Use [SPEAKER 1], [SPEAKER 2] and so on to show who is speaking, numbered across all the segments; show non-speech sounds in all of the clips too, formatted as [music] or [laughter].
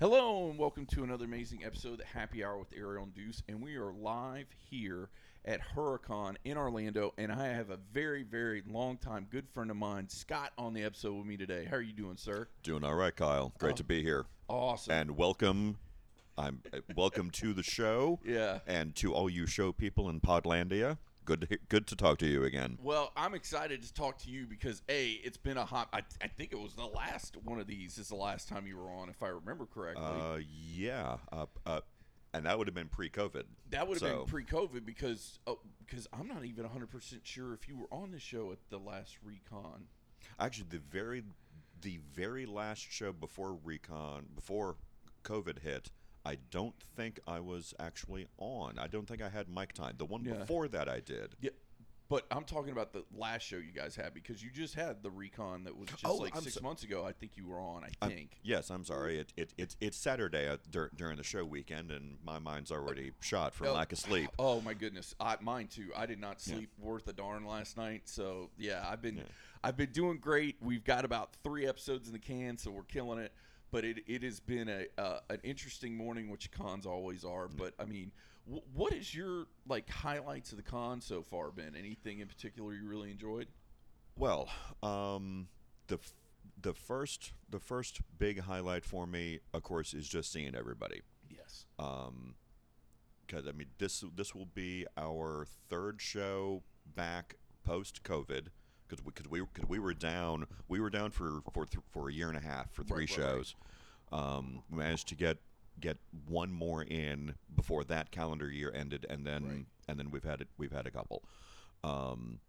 [SPEAKER 1] Hello and welcome to another amazing episode of the Happy Hour with Ariel and Deuce, and we are live here at Huracan in Orlando. And I have a very, very long time good friend of mine, Scott, on the episode with me today. How are you doing, sir?
[SPEAKER 2] Doing all right, Kyle. Great to be here.
[SPEAKER 1] Awesome.
[SPEAKER 2] And welcome. I'm uh, welcome to the show.
[SPEAKER 1] [laughs] Yeah.
[SPEAKER 2] And to all you show people in Podlandia. Good to, good to talk to you again.
[SPEAKER 1] Well, I'm excited to talk to you because a, it's been a hot. I, I think it was the last one of these is the last time you were on, if I remember correctly.
[SPEAKER 2] Uh, yeah. Uh, uh, and that would have been pre-COVID.
[SPEAKER 1] that would have
[SPEAKER 2] so-
[SPEAKER 1] been pre-COVID because oh, because I'm not even 100 percent sure if you were on the show at the last recon.
[SPEAKER 2] Actually, the very the very last show before Recon, before COVID hit, I don't think I was actually on. I don't think I had mic time. The one
[SPEAKER 1] Yeah.
[SPEAKER 2] before that, I did.
[SPEAKER 1] Yeah, but I'm talking about the last show you guys had because you just had the recon that was just
[SPEAKER 2] Oh,
[SPEAKER 1] like
[SPEAKER 2] I'm
[SPEAKER 1] six
[SPEAKER 2] so-
[SPEAKER 1] months ago. I think you were on. I
[SPEAKER 2] I'm-
[SPEAKER 1] think.
[SPEAKER 2] yes, I'm sorry. It, it, it, it's Saturday uh, dur- during the show weekend, and my mind's already shot from
[SPEAKER 1] Oh.
[SPEAKER 2] lack of sleep.
[SPEAKER 1] Oh my goodness, I, mine too. I did not sleep worth a darn last night. So yeah, I've been,
[SPEAKER 2] Yeah.
[SPEAKER 1] I've been doing great. We've got about three episodes in the can, so we're killing it. But it, it has been a uh, an interesting morning, which cons always are. But I mean, w- what is your like highlights of the con so far been? Anything in particular you really enjoyed?
[SPEAKER 2] Well, um, the f- the first the first big highlight for me, of course, is just seeing everybody.
[SPEAKER 1] Yes.
[SPEAKER 2] Um 'cause because I mean this this will be our third show back post COVID. Because we, cause we, cause we were down, we were down for for, th- for a year and a half for
[SPEAKER 1] Right,
[SPEAKER 2] three
[SPEAKER 1] right, right.
[SPEAKER 2] shows. Um, we managed to get get one more in before that calendar year ended, and then
[SPEAKER 1] Right.
[SPEAKER 2] and then we've had it, we've had a couple. Um,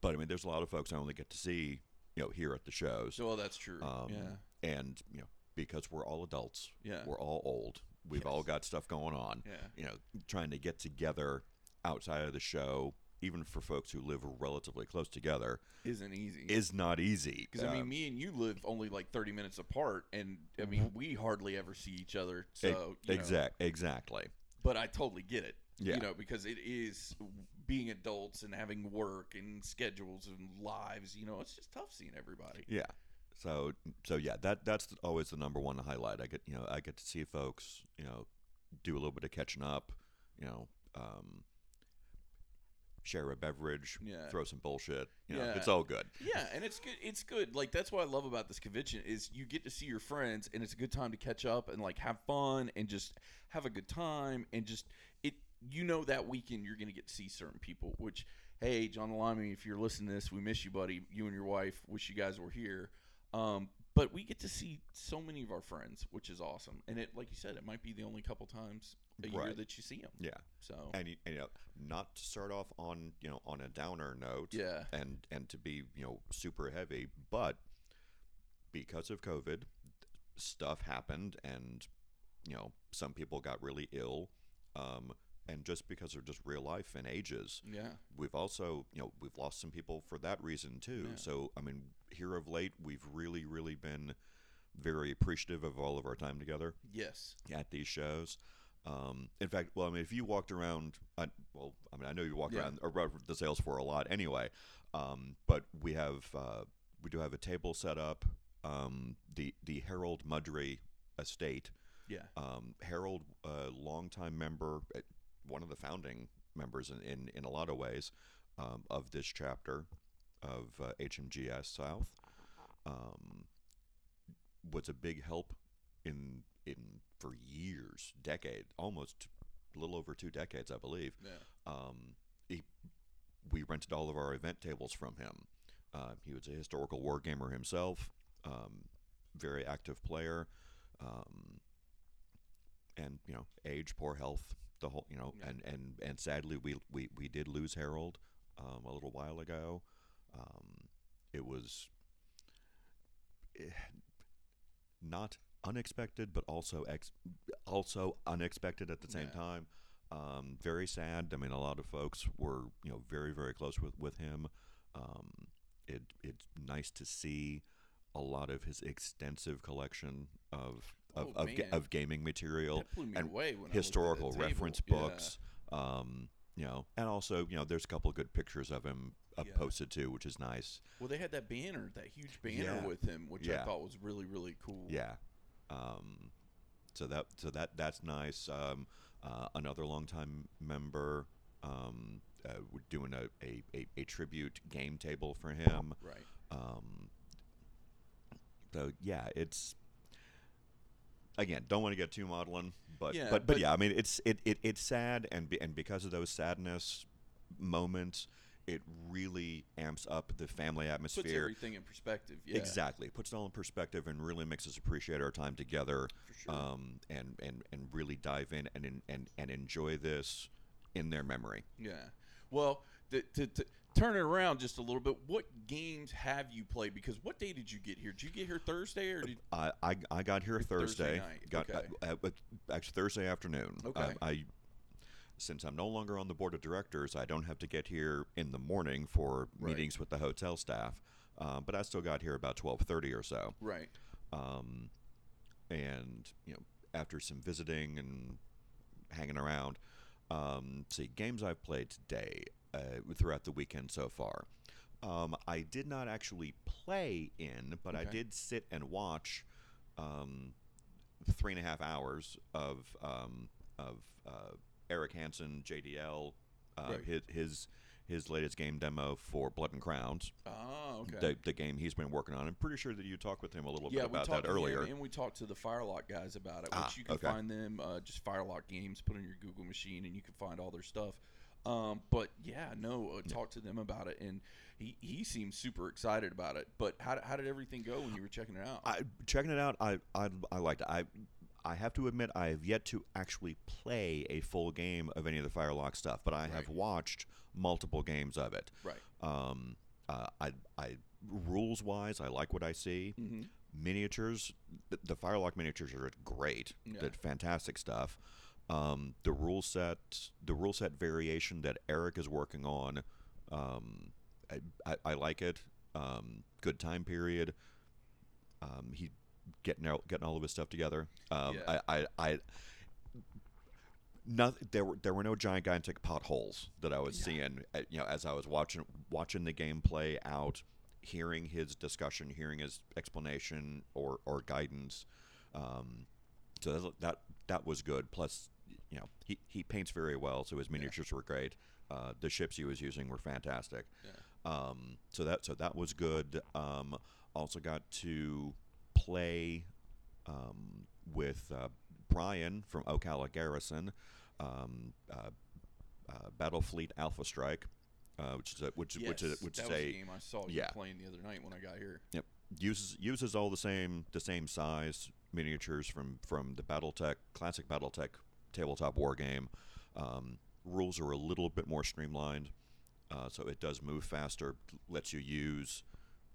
[SPEAKER 2] but I mean, there's a lot of folks I only get to see, you know, here at the shows.
[SPEAKER 1] So well, that's true.
[SPEAKER 2] Um,
[SPEAKER 1] yeah.
[SPEAKER 2] And you know, because we're all adults,
[SPEAKER 1] Yeah.
[SPEAKER 2] we're all old. We've all
[SPEAKER 1] Yes.
[SPEAKER 2] got stuff going on.
[SPEAKER 1] Yeah.
[SPEAKER 2] You know, trying to get together outside of the show, even for folks who live relatively close together,
[SPEAKER 1] Isn't easy.
[SPEAKER 2] is not easy.
[SPEAKER 1] Because
[SPEAKER 2] Uh,
[SPEAKER 1] I mean, me and you live only like thirty minutes apart, and I mean, we hardly ever see each other. So
[SPEAKER 2] Mm-hmm. e-
[SPEAKER 1] you know,
[SPEAKER 2] exact, exactly.
[SPEAKER 1] But I totally get it.
[SPEAKER 2] Yeah.
[SPEAKER 1] You know, because it is being adults and having work and schedules and lives. You know, it's just tough seeing everybody.
[SPEAKER 2] Yeah. So so yeah, that that's always the number one highlight. I get you know I get to see folks you know do a little bit of catching up, you know, um, share a beverage,
[SPEAKER 1] Yeah.
[SPEAKER 2] throw some bullshit. You know,
[SPEAKER 1] Yeah.
[SPEAKER 2] it's all good.
[SPEAKER 1] Yeah, and it's good. It's good. Like that's what I love about this convention is you get to see your friends, and it's a good time to catch up and like have fun and just have a good time and just it. You know that weekend you're going to get to see certain people. Which, hey, John Lamy, if you're listening to this, we miss you, buddy. You and your wife. Wish you guys were here. Um, but we get to see so many of our friends, which is awesome. And it, like you said, it might be the only couple times a year
[SPEAKER 2] Right.
[SPEAKER 1] that you see them.
[SPEAKER 2] Yeah.
[SPEAKER 1] So
[SPEAKER 2] And, you- and you know, not to start off on you know on a downer note,
[SPEAKER 1] yeah,
[SPEAKER 2] and and to be you know super heavy, but because of COVID, stuff happened, and you know some people got really ill, um, and just because of just real life and ages,
[SPEAKER 1] yeah,
[SPEAKER 2] we've also you know we've lost some people for that reason too.
[SPEAKER 1] Yeah.
[SPEAKER 2] So I mean, here of late, we've really really been very appreciative of all of our time together
[SPEAKER 1] yes,
[SPEAKER 2] at these shows. Um, in fact, well, I mean, if you walked around, I, well, I mean, I know you walk
[SPEAKER 1] Yeah.
[SPEAKER 2] around around the sales floor a lot anyway. Um, but we have uh, we do have a table set up. Um, the the Harold Mudry Estate.
[SPEAKER 1] yeah,
[SPEAKER 2] Um, Harold, a longtime member, uh, one of the founding members in in, in a lot of ways um, of this chapter of uh, HMGS South, um, was a big help in in for years, decade, almost a little over two decades, I believe.
[SPEAKER 1] yeah,
[SPEAKER 2] Um, he, we rented all of our event tables from him. Uh, he was a historical war gamer himself, um, very active player, um, and you know, age, poor health, the whole you know,
[SPEAKER 1] Yeah.
[SPEAKER 2] and and and sadly, we we we did lose Harold um, a little while ago. Um, it was eh, not unexpected, but also ex- also unexpected at the same
[SPEAKER 1] Yeah.
[SPEAKER 2] time. Um, very sad. I mean, a lot of folks were you know very very close with with him. Um, it it's nice to see a lot of his extensive collection of of,
[SPEAKER 1] Oh,
[SPEAKER 2] of, ga-
[SPEAKER 1] man.
[SPEAKER 2] of gaming material
[SPEAKER 1] that blew me
[SPEAKER 2] and
[SPEAKER 1] away. When I looked at that
[SPEAKER 2] historical
[SPEAKER 1] table.
[SPEAKER 2] reference
[SPEAKER 1] Yeah.
[SPEAKER 2] books. Um, you know, and also you know, there's a couple of good pictures of him uh,
[SPEAKER 1] Yeah.
[SPEAKER 2] posted too, which is nice.
[SPEAKER 1] Well, they had that banner, that huge banner
[SPEAKER 2] Yeah.
[SPEAKER 1] with him, which I
[SPEAKER 2] Yeah.
[SPEAKER 1] thought was really, really cool.
[SPEAKER 2] Yeah, Um, so that so that that's nice. Um, uh, another longtime member. Um, uh, we're doing a, a, a, a tribute game table for him.
[SPEAKER 1] Right.
[SPEAKER 2] Um, so yeah, it's again don't want to get too maudlin, but
[SPEAKER 1] Yeah,
[SPEAKER 2] but, but
[SPEAKER 1] but-
[SPEAKER 2] yeah, I mean it's it, it it's sad and be, and because of those sadness moments, it really amps up the family
[SPEAKER 1] Puts
[SPEAKER 2] atmosphere.
[SPEAKER 1] everything in perspective. Yeah.
[SPEAKER 2] Exactly, puts it all in perspective and really makes us appreciate our time together,
[SPEAKER 1] For sure.
[SPEAKER 2] um, and and and really dive in and en- and and enjoy this in their memory.
[SPEAKER 1] Yeah. Well, th- to, to turn it around just a little bit, what games have you played? Because what day did you get here? Did you get here Thursday or did
[SPEAKER 2] I, I, I got here
[SPEAKER 1] Thursday
[SPEAKER 2] Thursday.
[SPEAKER 1] night,
[SPEAKER 2] Got
[SPEAKER 1] okay.
[SPEAKER 2] uh, uh, but actually Thursday afternoon.
[SPEAKER 1] Okay.
[SPEAKER 2] Um, I since I'm no longer on the board of directors, I don't have to get here in the morning for
[SPEAKER 1] Right.
[SPEAKER 2] meetings with the hotel staff. Um, but I still got here about twelve thirty or so,
[SPEAKER 1] right?
[SPEAKER 2] um, and you know after some visiting and hanging around. Um, see games I've played today uh, throughout the weekend so far. Um, I did not actually play in, but I
[SPEAKER 1] Okay.
[SPEAKER 2] did sit and watch um, three and a half hours of um, of uh, Eric Hansen JDL uh,
[SPEAKER 1] Right.
[SPEAKER 2] his, his his latest game demo for Blood and Crowns,
[SPEAKER 1] Oh, okay.
[SPEAKER 2] the, the game he's been working on. I'm pretty sure that you talked with him a little
[SPEAKER 1] yeah,
[SPEAKER 2] bit
[SPEAKER 1] we
[SPEAKER 2] about
[SPEAKER 1] talked
[SPEAKER 2] that
[SPEAKER 1] to him
[SPEAKER 2] earlier.
[SPEAKER 1] and we talked to the Firelock guys about it.
[SPEAKER 2] Ah,
[SPEAKER 1] which you can
[SPEAKER 2] okay.
[SPEAKER 1] find them uh, just Firelock Games. Put on your Google machine, and you can find all their stuff. Um, but yeah, no, uh, talk to them about it, and he, he seems super excited about it. But how, how did everything go when you were checking it out?
[SPEAKER 2] I, checking it out, I, I I liked it. I I have to admit I have yet to actually play a full game of any of the Firelock stuff, but I
[SPEAKER 1] Right.
[SPEAKER 2] have watched multiple games of it.
[SPEAKER 1] right.
[SPEAKER 2] Um, uh, I I rules wise, I like what I see.
[SPEAKER 1] hmm
[SPEAKER 2] Miniatures, th- the Firelock miniatures are great.
[SPEAKER 1] Yeah.
[SPEAKER 2] They're fantastic stuff. Um, the rule set, the rule set variation that Eric is working on, um, I, I, I like it. Um, good time period. Um, he getting out, getting all of his stuff together. Um,
[SPEAKER 1] Yeah.
[SPEAKER 2] I, I, I not, there were there were no gigantic potholes that I was
[SPEAKER 1] Yeah.
[SPEAKER 2] seeing. uh, You know, as I was watching watching the game play out, hearing his discussion, hearing his explanation or or guidance. Um, so that that, that was good. Plus, you know, he, he paints very well, so his miniatures were great. Uh, the ships he was using were fantastic. Um, so that so that was good. Um, also got to play um, with uh, Brian from Ocala Garrison, um, uh, uh, Battlefleet Alpha Strike, uh, which is a, which,
[SPEAKER 1] Yes,
[SPEAKER 2] which is which
[SPEAKER 1] that
[SPEAKER 2] is
[SPEAKER 1] was
[SPEAKER 2] a
[SPEAKER 1] the game I saw you
[SPEAKER 2] yeah.
[SPEAKER 1] playing the other night when I got here.
[SPEAKER 2] Yep. Uses uses all the same the same size miniatures from from the BattleTech classic BattleTech tabletop war game. Um, rules are a little bit more streamlined, uh, so it does move faster. Lets you use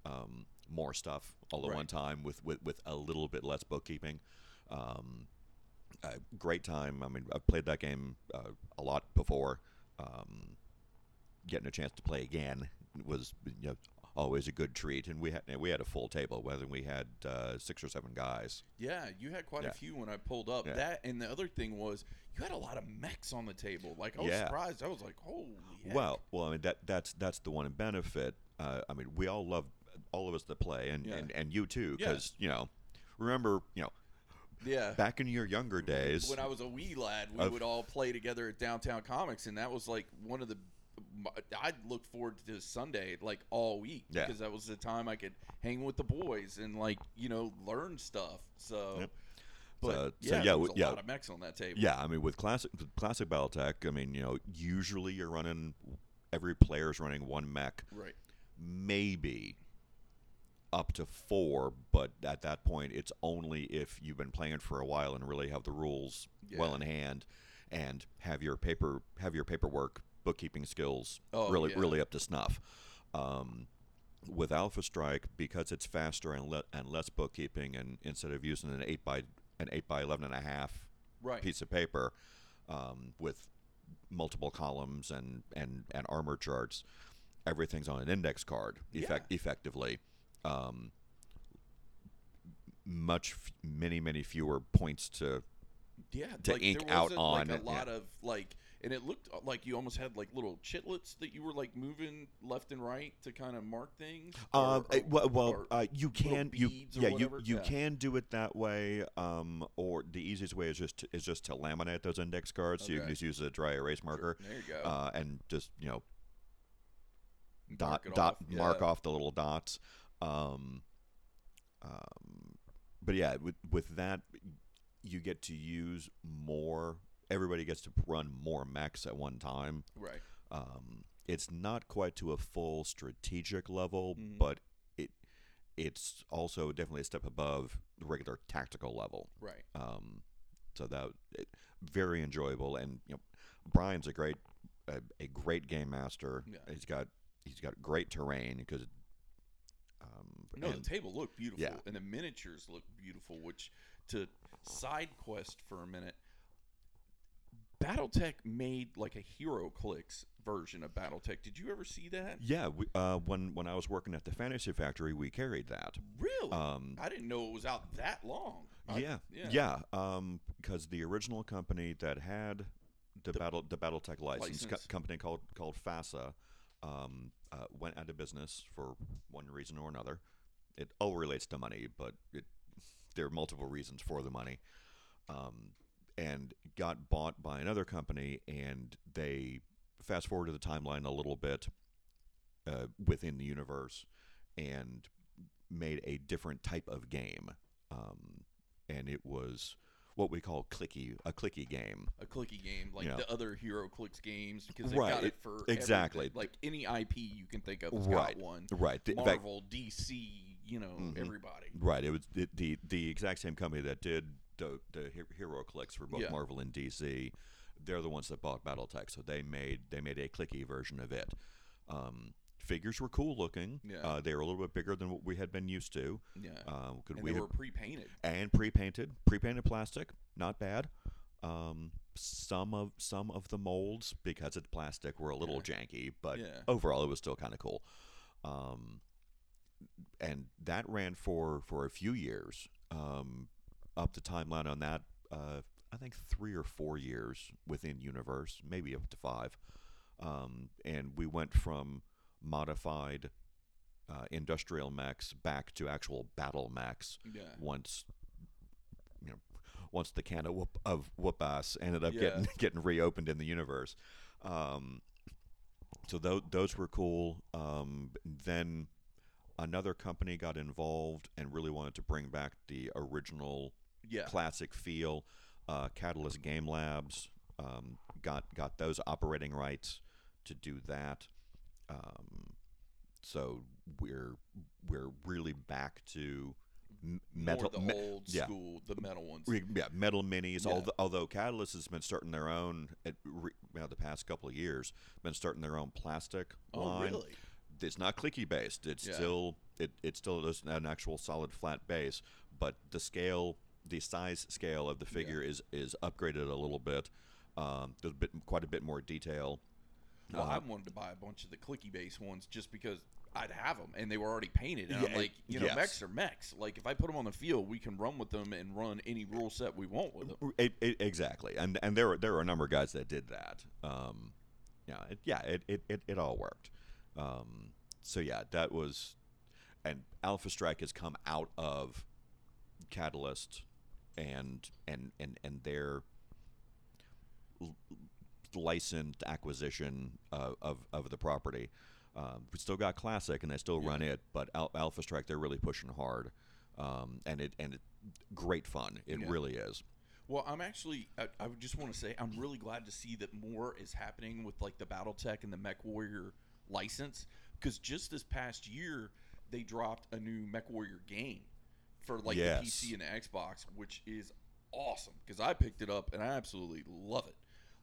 [SPEAKER 2] um, more stuff all at
[SPEAKER 1] Right.
[SPEAKER 2] one time with, with with a little bit less bookkeeping. Um, uh, great time. I mean, I've played that game uh, a lot before. Um, getting a chance to play again was you know, always a good treat, and we had and we had a full table. Whether we had uh, six or seven guys,
[SPEAKER 1] Yeah, you had quite a
[SPEAKER 2] Yeah.
[SPEAKER 1] few when I pulled up.
[SPEAKER 2] Yeah.
[SPEAKER 1] That and the other thing was you had a lot of mechs on the table. Like I was
[SPEAKER 2] Yeah.
[SPEAKER 1] surprised. I was like, holy. heck.
[SPEAKER 2] well, well, I mean that that's that's the one benefit. Uh, I mean, we all love all of us that play, and
[SPEAKER 1] Yeah.
[SPEAKER 2] and, and you too,
[SPEAKER 1] Yeah.
[SPEAKER 2] because you know, remember you know
[SPEAKER 1] yeah.
[SPEAKER 2] back in your younger days.
[SPEAKER 1] When I was a wee lad, we
[SPEAKER 2] I've-
[SPEAKER 1] would all play together at Downtown Comics, and that was like one of the. I looked forward to Sunday like all week
[SPEAKER 2] Yeah.
[SPEAKER 1] because that was the time I could hang with the boys and like you know learn stuff. So,
[SPEAKER 2] Yep.
[SPEAKER 1] but
[SPEAKER 2] So- so
[SPEAKER 1] yeah,
[SPEAKER 2] yeah,
[SPEAKER 1] there
[SPEAKER 2] we-
[SPEAKER 1] was a
[SPEAKER 2] yeah.
[SPEAKER 1] lot of mechs on that table.
[SPEAKER 2] Yeah, I mean with classic with classic BattleTech, I mean you know usually you're running every player's running one mech,
[SPEAKER 1] right.
[SPEAKER 2] maybe up to four, but at that point it's only if you've been playing for a while and really have the rules well
[SPEAKER 1] Yeah.
[SPEAKER 2] in hand and have your paper have your paperwork bookkeeping skills
[SPEAKER 1] Oh,
[SPEAKER 2] really
[SPEAKER 1] yeah.
[SPEAKER 2] really up to snuff. Um, with Alpha Strike, because it's faster and le- and less bookkeeping, and instead of using an eight by an eight by eleven and a half
[SPEAKER 1] Right.
[SPEAKER 2] piece of paper um, with multiple columns and, and, and armor charts. Everything's on an index card, effect, effectively. Um, much, f- many, many fewer points to
[SPEAKER 1] yeah
[SPEAKER 2] to
[SPEAKER 1] like,
[SPEAKER 2] ink
[SPEAKER 1] there
[SPEAKER 2] out
[SPEAKER 1] wasn't, like,
[SPEAKER 2] on,
[SPEAKER 1] a
[SPEAKER 2] yeah.
[SPEAKER 1] lot of like and it looked uh, like you almost had like little chitlets that you were like moving left and right to kind of mark things. or-
[SPEAKER 2] Um,
[SPEAKER 1] or-
[SPEAKER 2] uh, well, well
[SPEAKER 1] or-
[SPEAKER 2] uh, you can you
[SPEAKER 1] beads or
[SPEAKER 2] yeah
[SPEAKER 1] whatever?
[SPEAKER 2] you you
[SPEAKER 1] Yeah.
[SPEAKER 2] can do it that way. Um, or the easiest way is just to, is just to laminate those index cards. So you can
[SPEAKER 1] Okay.
[SPEAKER 2] just use a dry erase marker
[SPEAKER 1] there you go.
[SPEAKER 2] uh, and just you know dot
[SPEAKER 1] Mark it
[SPEAKER 2] dot
[SPEAKER 1] off, yeah.
[SPEAKER 2] mark off the little dots. Um, um, but yeah, with with that, you get to use more. Everybody gets to run more mechs at one time.
[SPEAKER 1] Right.
[SPEAKER 2] Um, it's not quite to a full strategic level,
[SPEAKER 1] Mhm.
[SPEAKER 2] but it it's also definitely a step above the regular tactical level.
[SPEAKER 1] Right.
[SPEAKER 2] Um, so that it, very enjoyable, and you know, Brian's a great a, a great game master.
[SPEAKER 1] Yeah.
[SPEAKER 2] He's got he's got great terrain because. Um,
[SPEAKER 1] No,
[SPEAKER 2] and-
[SPEAKER 1] the table looked beautiful,
[SPEAKER 2] Yeah.
[SPEAKER 1] and the miniatures looked beautiful. Which, to side quest for a minute, BattleTech made like a Hero Clicks version of BattleTech. Did you ever see that?
[SPEAKER 2] yeah, we, uh, when when I was working at the Fantasy Factory, we carried that.
[SPEAKER 1] Really?
[SPEAKER 2] Um,
[SPEAKER 1] I didn't know it was out that long. I-
[SPEAKER 2] yeah,
[SPEAKER 1] yeah.
[SPEAKER 2] yeah. Um, because the original company that had the, battle the BattleTech license, co-
[SPEAKER 1] license.
[SPEAKER 2] company called called FASA, um, uh, went out of business for one reason or another. It all relates to money, but it, there are multiple reasons for the money. Um, and got bought by another company, and they fast forward to the timeline a little bit uh, within the universe, and made a different type of game. Um, and it was what we call clicky a clicky game.
[SPEAKER 1] A clicky game like
[SPEAKER 2] Yeah.
[SPEAKER 1] the other Hero Clicks games because they
[SPEAKER 2] Right,
[SPEAKER 1] got
[SPEAKER 2] it-
[SPEAKER 1] it for
[SPEAKER 2] exactly.
[SPEAKER 1] everything. like any IP you can think of. has
[SPEAKER 2] Right.
[SPEAKER 1] got one.
[SPEAKER 2] Right. the- in fact,
[SPEAKER 1] Marvel, DC, you know,
[SPEAKER 2] Mhm.
[SPEAKER 1] everybody.
[SPEAKER 2] right. It was the, the the exact same company that did the the He- Hero Clicks for both
[SPEAKER 1] Yeah.
[SPEAKER 2] Marvel and DC. They're the ones that bought BattleTech, so they made they made a clicky version of it. Um, figures were cool looking.
[SPEAKER 1] Yeah.
[SPEAKER 2] Uh, they were a little bit bigger than what we had been used to.
[SPEAKER 1] Yeah.
[SPEAKER 2] Um, could
[SPEAKER 1] and
[SPEAKER 2] we
[SPEAKER 1] they were
[SPEAKER 2] have-
[SPEAKER 1] pre-painted.
[SPEAKER 2] and pre-painted, pre-painted plastic, not bad. Um, some of some of the molds because it's plastic were a little janky, but
[SPEAKER 1] Yeah.
[SPEAKER 2] overall it was still kind of cool. Um, and that ran for for a few years. Um, up the timeline on that, uh, I think three or four years within universe, maybe up to five. Um, and we went from modified uh, industrial mechs back to actual battle mechs
[SPEAKER 1] Yeah.
[SPEAKER 2] once you know once the can of whoop of whoop ass ended up getting [laughs]
[SPEAKER 1] Yeah.
[SPEAKER 2] getting reopened in the universe. Um, so tho- those were cool. Um, then another company got involved and really wanted to bring back the original
[SPEAKER 1] Yeah.
[SPEAKER 2] classic feel. Uh, Catalyst Game Labs um, got got those operating rights to do that. Um, so we're we're really back to m- metal.
[SPEAKER 1] More the
[SPEAKER 2] me-
[SPEAKER 1] old
[SPEAKER 2] yeah.
[SPEAKER 1] school, the metal ones.
[SPEAKER 2] re- yeah, metal minis.
[SPEAKER 1] Yeah.
[SPEAKER 2] Although, although Catalyst has been starting their own, at re, well, the past couple of years, been starting their own plastic
[SPEAKER 1] oh,
[SPEAKER 2] line.
[SPEAKER 1] really?
[SPEAKER 2] It's not clicky based. It's
[SPEAKER 1] Yeah.
[SPEAKER 2] still it, it still is an actual solid flat base, but the scale, the size scale of the figure is is upgraded a little bit. Um, there's a bit quite a bit more detail.
[SPEAKER 1] Well,
[SPEAKER 2] Uh,
[SPEAKER 1] I wanted to buy a bunch of the clicky base ones just because I'd have them and they were already painted. And
[SPEAKER 2] Yeah,
[SPEAKER 1] I'm like, you know,
[SPEAKER 2] yes.
[SPEAKER 1] mechs are mechs. Like, if I put them on the field, we can run with them and run any rule set we want with them.
[SPEAKER 2] It, it, exactly, and and there were there were a number of guys that did that. Um, yeah, it, yeah, it, it, it, it all worked. Um, so yeah, that was, and Alpha Strike has come out of Catalyst, and and and and their l- licensed acquisition of of, of the property. Um, we still got Classic, and they still run it, but Al- Alpha Strike they're really pushing hard, um, and it and it, great fun. It
[SPEAKER 1] Yeah.
[SPEAKER 2] really is.
[SPEAKER 1] Well, I'm actually, I, I would just want to say, I'm really glad to see that more is happening with like the BattleTech and the Mech Warrior license because just this past year they dropped a new Mech Warrior game for like
[SPEAKER 2] Yes.
[SPEAKER 1] the PC and the Xbox, which is awesome because I picked it up and I absolutely love it.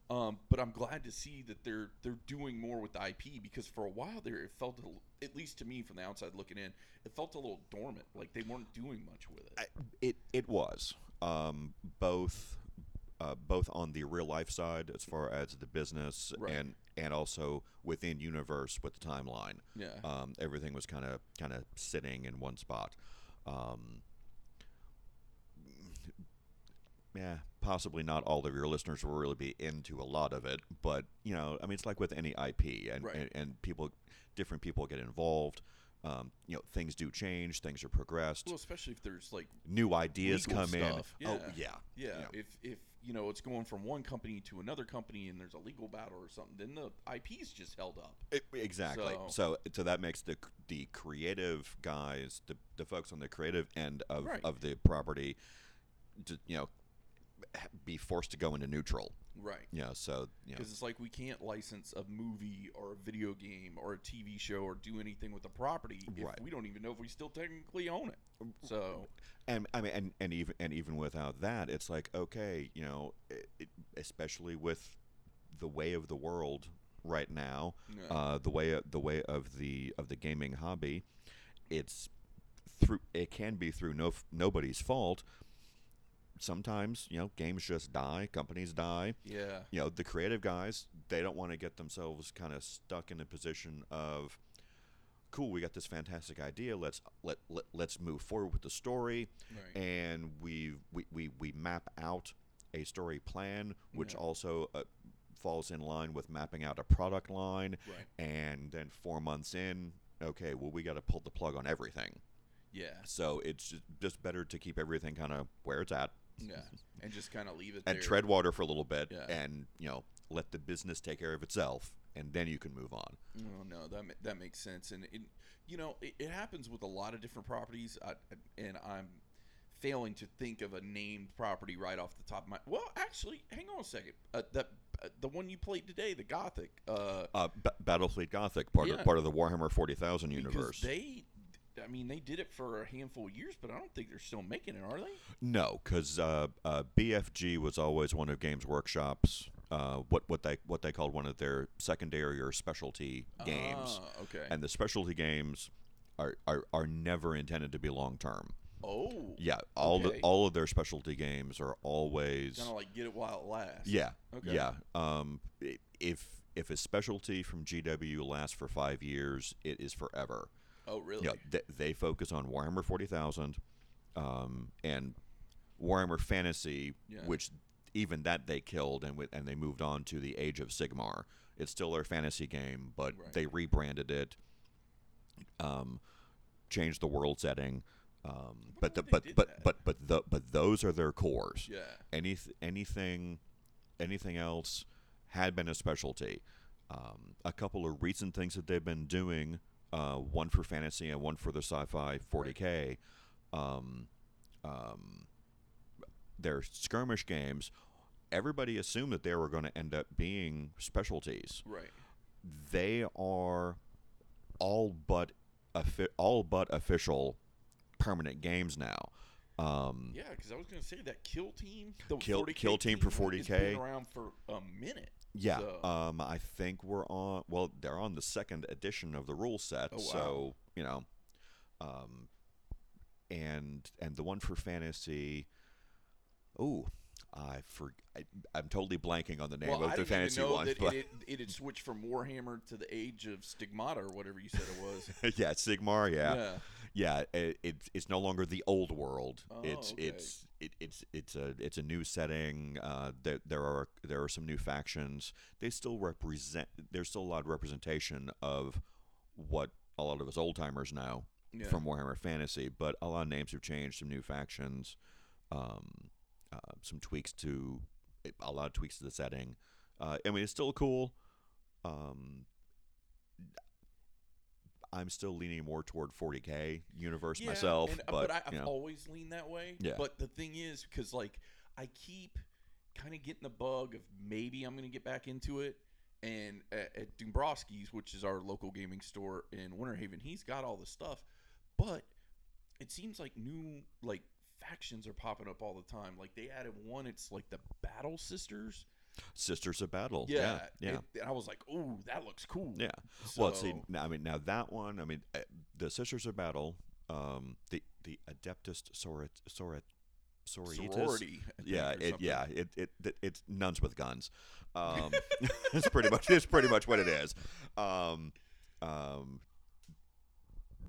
[SPEAKER 1] Um, but I'm glad to see that they're they're doing more with the IP because for a while there it felt a l- at least to me from the outside looking in it felt a little dormant like they weren't doing much with it.
[SPEAKER 2] I, it it was um, both uh, both on the real life side as far as the business
[SPEAKER 1] Right.
[SPEAKER 2] and and also within universe with the timeline.
[SPEAKER 1] Yeah,
[SPEAKER 2] Um, everything was kind of kind of sitting in one spot. Um, yeah, possibly not all of your listeners will really be into a lot of it, but you know, I mean, it's like with any IP, and
[SPEAKER 1] Right.
[SPEAKER 2] and, and people, different people get involved. Um, you know, things do change, things are progressed,
[SPEAKER 1] Well, especially if there's like
[SPEAKER 2] new ideas
[SPEAKER 1] legal
[SPEAKER 2] come
[SPEAKER 1] stuff,
[SPEAKER 2] in. Oh yeah,
[SPEAKER 1] yeah, if if you know it's going from one company to another company and there's a legal battle or something, then the IP's just held up.
[SPEAKER 2] E- exactly.
[SPEAKER 1] So-
[SPEAKER 2] So, so, that makes the the creative guys, the, the folks on the creative end of,
[SPEAKER 1] Right.
[SPEAKER 2] of the property, to, you know, ha- be forced to go into neutral.
[SPEAKER 1] Right.
[SPEAKER 2] You know, so you know,
[SPEAKER 1] Because it's like we can't license a movie or a video game or a TV show or do anything with the property if
[SPEAKER 2] Right. Mm,
[SPEAKER 1] we don't even know if we still technically own it. So
[SPEAKER 2] and I mean, and, and even and even without that, it's like okay, you know, it, it, especially with the way of the world right now,
[SPEAKER 1] Yeah.
[SPEAKER 2] uh, the way the way of the of the gaming hobby, it's through it can be through no nobody's fault. Sometimes you know games just die, companies die.
[SPEAKER 1] yeah,
[SPEAKER 2] You know the creative guys they don't want to get themselves kind of stuck in a position of, cool, we got this fantastic idea. Let's let, let let's move forward with the story
[SPEAKER 1] right.
[SPEAKER 2] and we we, we we map out a story plan, which
[SPEAKER 1] Yeah.
[SPEAKER 2] also uh, falls in line with mapping out a product line.
[SPEAKER 1] Right.
[SPEAKER 2] And then four months in, okay, well we got to pull the plug on everything.
[SPEAKER 1] yeah,
[SPEAKER 2] So it's ju- just better to keep everything kind of where it's at
[SPEAKER 1] yeah, and just kind of leave it
[SPEAKER 2] and
[SPEAKER 1] there.
[SPEAKER 2] tread water for a little bit,
[SPEAKER 1] Yeah.
[SPEAKER 2] and you know let the business take care of itself, and then you can move on.
[SPEAKER 1] No, Oh, no, that ma- that makes sense, and it, you know, it, it happens with a lot of different properties, I, and I'm failing to think of a named property right off the top of my. Well, actually, hang on a second. Uh, that uh, the one you played today, the Gothic, uh,
[SPEAKER 2] Uh, B- Battlefleet Gothic, part
[SPEAKER 1] Yeah.
[SPEAKER 2] of part of the Warhammer Forty Thousand
[SPEAKER 1] because
[SPEAKER 2] universe.
[SPEAKER 1] they, I mean, they did it for a handful of years, but I don't think they're still making it, are they?
[SPEAKER 2] No, because uh, uh, BFG was always one of Games Workshop's uh, what what they what they called one of their secondary or specialty games,
[SPEAKER 1] Ah, okay.
[SPEAKER 2] and the specialty games are, are, are never intended to be long term.
[SPEAKER 1] oh,
[SPEAKER 2] Yeah, all
[SPEAKER 1] Okay.
[SPEAKER 2] the, all of their specialty games are always
[SPEAKER 1] kind of like get it while it lasts.
[SPEAKER 2] yeah
[SPEAKER 1] Okay.
[SPEAKER 2] yeah. Um, i- if if a specialty from GW lasts for five years, it is forever.
[SPEAKER 1] Oh, really?
[SPEAKER 2] Yeah, th- they focus on Warhammer 40,000 um, and Warhammer Fantasy,
[SPEAKER 1] Yeah.
[SPEAKER 2] which even that they killed and wi- and they moved on to the Age of Sigmar. It's still their fantasy game, but
[SPEAKER 1] Right.
[SPEAKER 2] they rebranded it, um, changed the world setting. Um, but
[SPEAKER 1] why
[SPEAKER 2] the,
[SPEAKER 1] they
[SPEAKER 2] but
[SPEAKER 1] did
[SPEAKER 2] but,
[SPEAKER 1] that.
[SPEAKER 2] but but the, but those are their cores.
[SPEAKER 1] Yeah.
[SPEAKER 2] Any anything anything else had been a specialty. Um, a couple of recent things that they've been doing, uh, one for fantasy and one for the sci-fi 40k. Um, um, their skirmish games. Everybody assumed that they were going to end up being specialties.
[SPEAKER 1] Right.
[SPEAKER 2] They are all but offi- all but official permanent games now. Um,
[SPEAKER 1] Yeah, because I was gonna say that kill team, the
[SPEAKER 2] Kill-
[SPEAKER 1] 40K
[SPEAKER 2] Kill Team for
[SPEAKER 1] has been
[SPEAKER 2] 40K.
[SPEAKER 1] around for a minute.
[SPEAKER 2] Yeah,
[SPEAKER 1] So-
[SPEAKER 2] um, I think we're on. Well, they're on the second edition of the rule set,
[SPEAKER 1] Oh, wow.
[SPEAKER 2] so you know, um, and and the one for fantasy. Oh, I for I, I'm totally blanking on the name
[SPEAKER 1] well,
[SPEAKER 2] of
[SPEAKER 1] I
[SPEAKER 2] the
[SPEAKER 1] didn't even
[SPEAKER 2] fantasy
[SPEAKER 1] know
[SPEAKER 2] one,
[SPEAKER 1] that
[SPEAKER 2] [laughs] but
[SPEAKER 1] it, it, it had switched from Warhammer to the Age of Stigmata or whatever you said it was.
[SPEAKER 2] yeah, Sigmar, yeah, yeah. It, it, it's no longer the old world.
[SPEAKER 1] Oh,
[SPEAKER 2] it's
[SPEAKER 1] okay.
[SPEAKER 2] it's it, it's it's a it's a new setting. Uh, there there are there are some new factions. They still represent. There's still a lot of representation of what a lot of us old timers know
[SPEAKER 1] yeah.
[SPEAKER 2] from Warhammer Fantasy, but a lot of names have changed. Some new factions, um, uh, some tweaks to a lot of tweaks to the setting. Uh, I mean, it's still cool. Um, I'm still leaning more toward 40k universe
[SPEAKER 1] Yeah,
[SPEAKER 2] myself,
[SPEAKER 1] and- uh,
[SPEAKER 2] but,
[SPEAKER 1] I, I've
[SPEAKER 2] you know,
[SPEAKER 1] always leaned that way.
[SPEAKER 2] Yeah.
[SPEAKER 1] But the thing is, because like I keep kind of getting the bug of maybe I'm gonna get back into it. And at, at Dombrowski's, which is our local gaming store in Winter Haven, he's got all the stuff. But it seems like new like factions are popping up all the time. Like they added one, it's like the Battle Sisters.
[SPEAKER 2] Sisters of Battle. Yeah, Oh, yeah,
[SPEAKER 1] It- and I was like, "Ooh, that looks cool."
[SPEAKER 2] yeah. Well, see,
[SPEAKER 1] So-
[SPEAKER 2] now, I mean, now that one, I mean, uh, the Sisters of Battle, um, the the Adeptus Sorit Sorit Sororitas.
[SPEAKER 1] sorority. I think,
[SPEAKER 2] yeah,
[SPEAKER 1] or
[SPEAKER 2] it,
[SPEAKER 1] something.
[SPEAKER 2] yeah, it, it, it- it's nuns with guns. Um, [laughs] it's pretty much it's pretty much what it is. Um, um,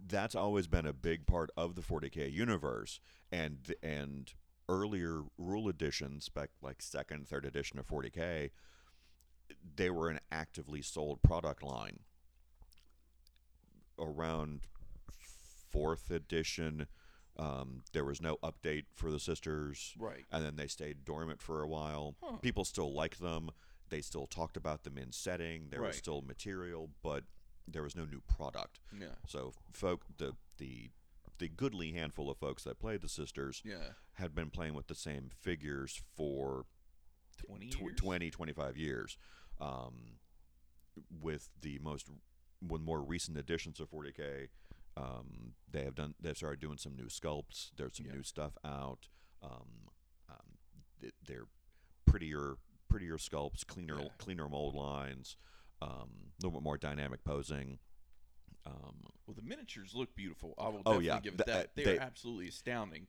[SPEAKER 2] that's always been a big part of the 40k universe, and and earlier rule editions, back like second, third edition of 40K, they were an actively sold product line. Around fourth edition, um, there was no update for the sisters,
[SPEAKER 1] Right.
[SPEAKER 2] and then they stayed dormant for a while.
[SPEAKER 1] Huh.
[SPEAKER 2] People still liked them. They still talked about them in setting. There
[SPEAKER 1] Right.
[SPEAKER 2] was still material, but there was no new product.
[SPEAKER 1] Yeah.
[SPEAKER 2] So folk the the the goodly handful of folks that played the sisters
[SPEAKER 1] Yeah.
[SPEAKER 2] had been playing with the same figures for
[SPEAKER 1] Twenty.
[SPEAKER 2] tw-
[SPEAKER 1] years?
[SPEAKER 2] 20 25 years um, with the most with more recent additions of 40k um, they have done they've started doing some new sculpts there's some
[SPEAKER 1] Yeah.
[SPEAKER 2] new stuff out um, um, th- they're prettier prettier sculpts cleaner
[SPEAKER 1] Yeah.
[SPEAKER 2] cleaner mold lines um, a little bit more dynamic posing um,
[SPEAKER 1] Well, the miniatures look beautiful. I will
[SPEAKER 2] Oh,
[SPEAKER 1] definitely
[SPEAKER 2] yeah.
[SPEAKER 1] give it
[SPEAKER 2] Th-
[SPEAKER 1] that.
[SPEAKER 2] uh,
[SPEAKER 1] They,
[SPEAKER 2] they-
[SPEAKER 1] are absolutely astounding.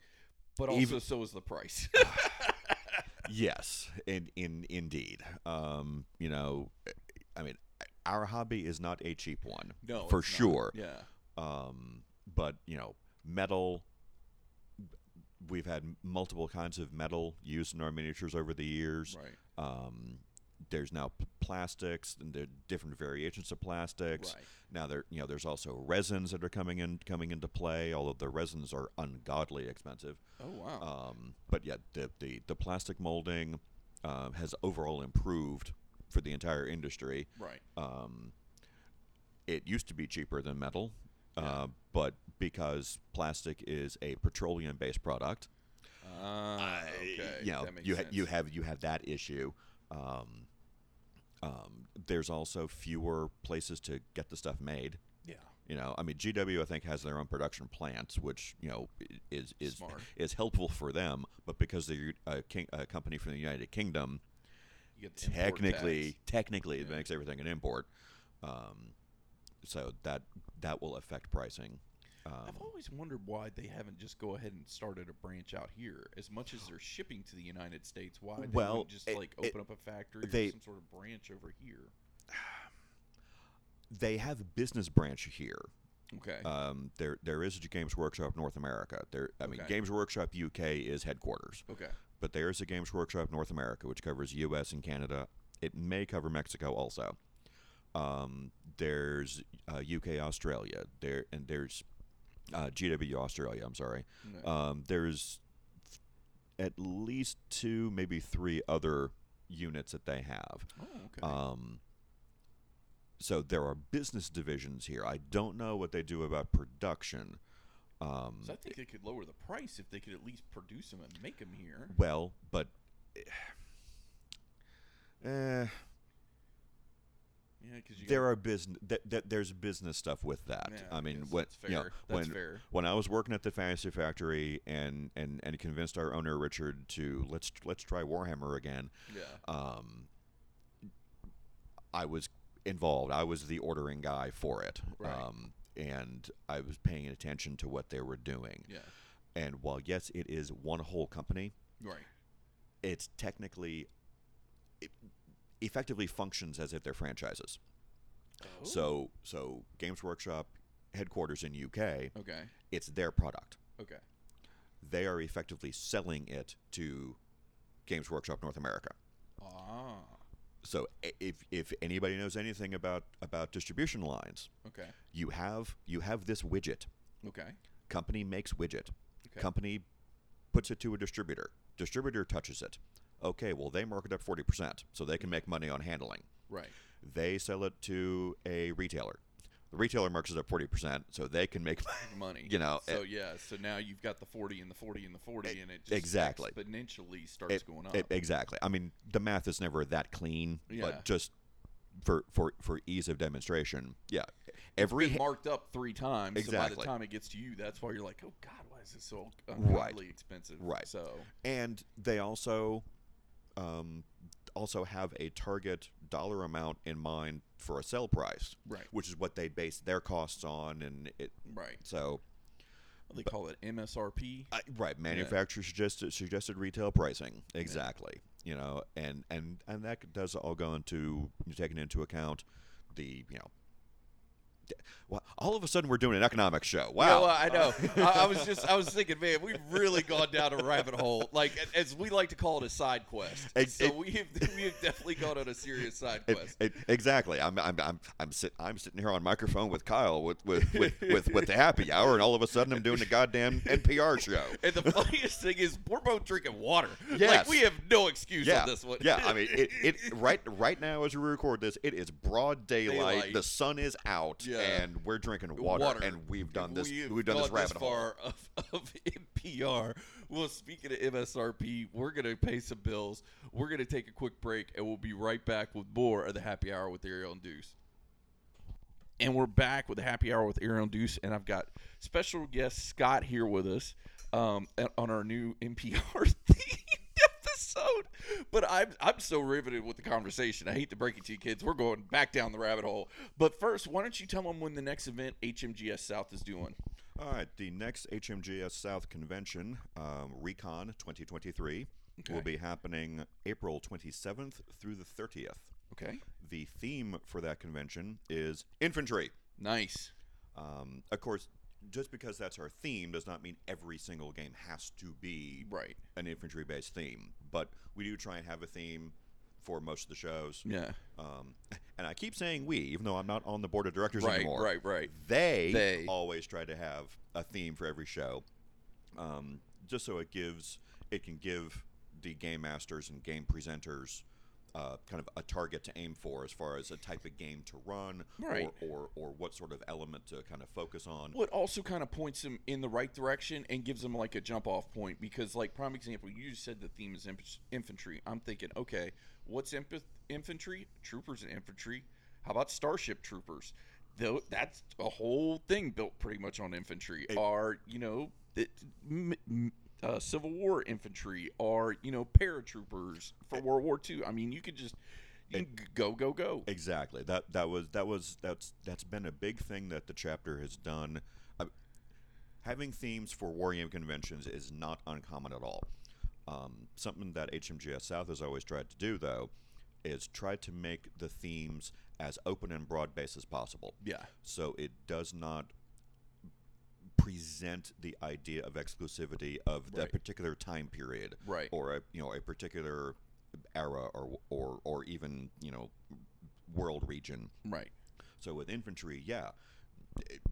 [SPEAKER 1] But also,
[SPEAKER 2] Even-
[SPEAKER 1] so is the price. [laughs]
[SPEAKER 2] Yes, in in indeed. Um, you know, I mean, our hobby is not a cheap one,
[SPEAKER 1] no,
[SPEAKER 2] for
[SPEAKER 1] it's not.
[SPEAKER 2] sure.
[SPEAKER 1] Yeah.
[SPEAKER 2] Um, but you know, metal. We've had multiple kinds of metal used in our miniatures over the years.
[SPEAKER 1] Right.
[SPEAKER 2] Um, there's now p- plastics, and there are different variations of plastics.
[SPEAKER 1] Right.
[SPEAKER 2] Now there, you know, there's also resins that are coming in coming into play. Although the resins are ungodly expensive.
[SPEAKER 1] Oh wow.
[SPEAKER 2] Um, but yeah, the, the, the plastic molding uh, has overall improved for the entire industry.
[SPEAKER 1] right.
[SPEAKER 2] Um, it used to be cheaper than metal, uh,
[SPEAKER 1] Yeah.
[SPEAKER 2] but because plastic is a petroleum based product,
[SPEAKER 1] Ah,
[SPEAKER 2] uh,
[SPEAKER 1] okay.
[SPEAKER 2] you know,
[SPEAKER 1] that makes
[SPEAKER 2] you, ha-
[SPEAKER 1] sense.
[SPEAKER 2] you have you have that issue. Um, um, there's also fewer places to get the stuff made.
[SPEAKER 1] yeah.
[SPEAKER 2] You know, I mean, GW I think has their own production plants, which you know i- is is
[SPEAKER 1] Smart.
[SPEAKER 2] is helpful for them. But because they're a, king, a company from the United Kingdom,
[SPEAKER 1] You get the import
[SPEAKER 2] technically,
[SPEAKER 1] tax.
[SPEAKER 2] technically it
[SPEAKER 1] Yeah.
[SPEAKER 2] makes everything an import. Um, so that that will affect pricing. Um,
[SPEAKER 1] I've always wondered why they haven't just go ahead and started a branch out here. As much as they're shipping to the United States, why they
[SPEAKER 2] Well,
[SPEAKER 1] wouldn't just
[SPEAKER 2] it-
[SPEAKER 1] like
[SPEAKER 2] it-
[SPEAKER 1] open up a factory or
[SPEAKER 2] they-
[SPEAKER 1] some sort of branch over here?
[SPEAKER 2] they have a business branch here.
[SPEAKER 1] Okay.
[SPEAKER 2] Um, there there is a Games Workshop North America. There, I mean,
[SPEAKER 1] Okay.
[SPEAKER 2] Games Workshop UK is headquarters.
[SPEAKER 1] okay.
[SPEAKER 2] but there is a Games Workshop North America, which covers U.S. and Canada. It may cover Mexico also. Um, there's uh, UK, Australia. There and there's uh, GW Australia. I'm sorry.
[SPEAKER 1] No.
[SPEAKER 2] Um, there's at least two, maybe three other units that they have.
[SPEAKER 1] oh, okay.
[SPEAKER 2] Um, so there are business divisions here. I don't know what they do about production. Um,
[SPEAKER 1] so I think they could lower the price if they could at least produce them and make them here.
[SPEAKER 2] Well, but eh,
[SPEAKER 1] Yeah, because
[SPEAKER 2] there are business that there's business stuff with that. I mean,
[SPEAKER 1] guess
[SPEAKER 2] when
[SPEAKER 1] that's
[SPEAKER 2] you know,
[SPEAKER 1] fair. That's
[SPEAKER 2] when
[SPEAKER 1] fair.
[SPEAKER 2] when I was working at the Fantasy Factory and and and convinced our owner Richard to let's let's try Warhammer again.
[SPEAKER 1] Yeah.
[SPEAKER 2] Um, I was involved. I was the ordering guy for it.
[SPEAKER 1] Right.
[SPEAKER 2] Um, and I was paying attention to what they were doing.
[SPEAKER 1] Yeah.
[SPEAKER 2] And while yes, it is one whole company,
[SPEAKER 1] Right.
[SPEAKER 2] it's technically it effectively functions as if they're franchises. So so Games Workshop headquarters in UK,
[SPEAKER 1] Oh, Okay.
[SPEAKER 2] it's their product.
[SPEAKER 1] Okay.
[SPEAKER 2] They are effectively selling it to Games Workshop North America.
[SPEAKER 1] Ah.
[SPEAKER 2] So i- if if anybody knows anything about about distribution lines,
[SPEAKER 1] Okay.
[SPEAKER 2] you have you have this widget.
[SPEAKER 1] Okay.
[SPEAKER 2] Company makes widget.
[SPEAKER 1] Okay.
[SPEAKER 2] Company puts it to a distributor. Distributor touches it. Okay, well they mark it up 40%, so they
[SPEAKER 1] Mm-hmm.
[SPEAKER 2] can make money on handling.
[SPEAKER 1] Right.
[SPEAKER 2] they sell it to a retailer. The retailer marks it up forty percent, so they can
[SPEAKER 1] [laughs]
[SPEAKER 2] make [laughs]
[SPEAKER 1] Money.
[SPEAKER 2] You know,
[SPEAKER 1] So
[SPEAKER 2] it- E
[SPEAKER 1] yeah. So now you've got the forty and the forty and the forty, and it just
[SPEAKER 2] exactly.
[SPEAKER 1] exponentially starts
[SPEAKER 2] it,
[SPEAKER 1] going up.
[SPEAKER 2] it- e, exactly. I mean, the math is never that clean,
[SPEAKER 1] Yeah.
[SPEAKER 2] but just for for for ease of demonstration, yeah. Every
[SPEAKER 1] been
[SPEAKER 2] ha-
[SPEAKER 1] marked up three times. So by
[SPEAKER 2] Exactly.
[SPEAKER 1] the time it gets to you, that's why you're like, oh God, why is this so
[SPEAKER 2] Right.
[SPEAKER 1] ungodly expensive?
[SPEAKER 2] Right.
[SPEAKER 1] So
[SPEAKER 2] and they also um, also have a target dollar amount in mind for a sell price,
[SPEAKER 1] right,
[SPEAKER 2] which is what they base their costs on, and it
[SPEAKER 1] right.
[SPEAKER 2] so
[SPEAKER 1] They call it MSRP.
[SPEAKER 2] I, right, manufacturer suggested suggested retail pricing. Exactly. You know, and and and that does all go into taking into account the you know Well, all of a sudden, we're doing an economics show.
[SPEAKER 1] Yeah,
[SPEAKER 2] Wow.
[SPEAKER 1] well, I know. I, I was just, I was thinking, man, we've really gone down a rabbit hole. Like, a- as we like to call it, a side quest.
[SPEAKER 2] Ex-
[SPEAKER 1] so
[SPEAKER 2] it-
[SPEAKER 1] we [laughs] have, we have definitely gone on a serious side
[SPEAKER 2] It-
[SPEAKER 1] quest.
[SPEAKER 2] it- exactly. I'm I'm I'm I'm, sit, I'm sitting here on microphone with Kyle with with, with, with with the happy hour, and all of a sudden I'm doing a goddamn
[SPEAKER 1] [laughs]
[SPEAKER 2] NPR show.
[SPEAKER 1] And the funniest thing is, we're both drinking water. Like,
[SPEAKER 2] Yes.
[SPEAKER 1] we have no excuse
[SPEAKER 2] Yeah,
[SPEAKER 1] on this one.
[SPEAKER 2] yeah. I mean,
[SPEAKER 1] [laughs]
[SPEAKER 2] it, it right right now as we record this, it is broad daylight.
[SPEAKER 1] Daylight.
[SPEAKER 2] The sun is out,
[SPEAKER 1] Yeah.
[SPEAKER 2] and we're drinking water, and we've done this.
[SPEAKER 1] We have
[SPEAKER 2] We've done this
[SPEAKER 1] gone
[SPEAKER 2] rabbit hole.
[SPEAKER 1] far of, [laughs] of NPR. Well, speaking of MSRP, we're gonna pay some bills. We're gonna take a quick break, and we'll be right back with more of the Happy Hour with Ariel and Deuce. And we're back with the Happy Hour with Ariel and Deuce, and I've got special guest Scott here with us um, at- on our new [laughs] NPR theme. Episode, but I'm I'm so riveted with the conversation. I hate to break it to you, kids. We're going back down the rabbit hole. But first, why don't you tell them when the next event HMGS South is doing?
[SPEAKER 2] All right, the next HMGS South convention, um, Recon 2023, will
[SPEAKER 1] Okay.
[SPEAKER 2] be happening April 27th through the 30th.
[SPEAKER 1] Okay,
[SPEAKER 2] The theme for that convention is infantry.
[SPEAKER 1] nice.
[SPEAKER 2] Um, of course, just because that's our theme does not mean every single game has to be
[SPEAKER 1] Right.
[SPEAKER 2] an infantry based theme, but we do try and have a theme for most of the shows.
[SPEAKER 1] Yeah.
[SPEAKER 2] Um, [laughs] and I keep saying we, even though I'm not on the board of directors
[SPEAKER 1] Right.
[SPEAKER 2] anymore.
[SPEAKER 1] Right. Right.
[SPEAKER 2] They,
[SPEAKER 1] They.
[SPEAKER 2] always try to have a theme for every show, um, just so it gives it can give the game masters and game presenters uh, kind of a target to aim for as far as a type of game to run,
[SPEAKER 1] Right.
[SPEAKER 2] or, or or what sort of element to kind of focus on.
[SPEAKER 1] Well, it also kind of points them in the right direction and gives them like a jump off point because, like, prime example, you just said the theme is inf- infantry. I'm thinking, okay, what's inf- infantry? Troopers and infantry. How about starship troopers? Though that's a whole thing built pretty much on infantry.
[SPEAKER 2] It-
[SPEAKER 1] Are you know, it, m- m- uh, Civil War infantry? Are you know paratroopers for World War II? I mean, you could just you can g- go go go.
[SPEAKER 2] Exactly. That that was that was that's that's been a big thing that the chapter has done. Uh, having themes for wargame conventions is not uncommon at all. Um, something that HMGS South has always tried to do, though, is try to make the themes as open and broad based as possible.
[SPEAKER 1] Yeah.
[SPEAKER 2] So it does not present the idea of exclusivity of
[SPEAKER 1] Right.
[SPEAKER 2] that particular time period
[SPEAKER 1] Right.
[SPEAKER 2] or a you know a particular era or or or even you know world region.
[SPEAKER 1] Right.
[SPEAKER 2] So with infantry, yeah, it-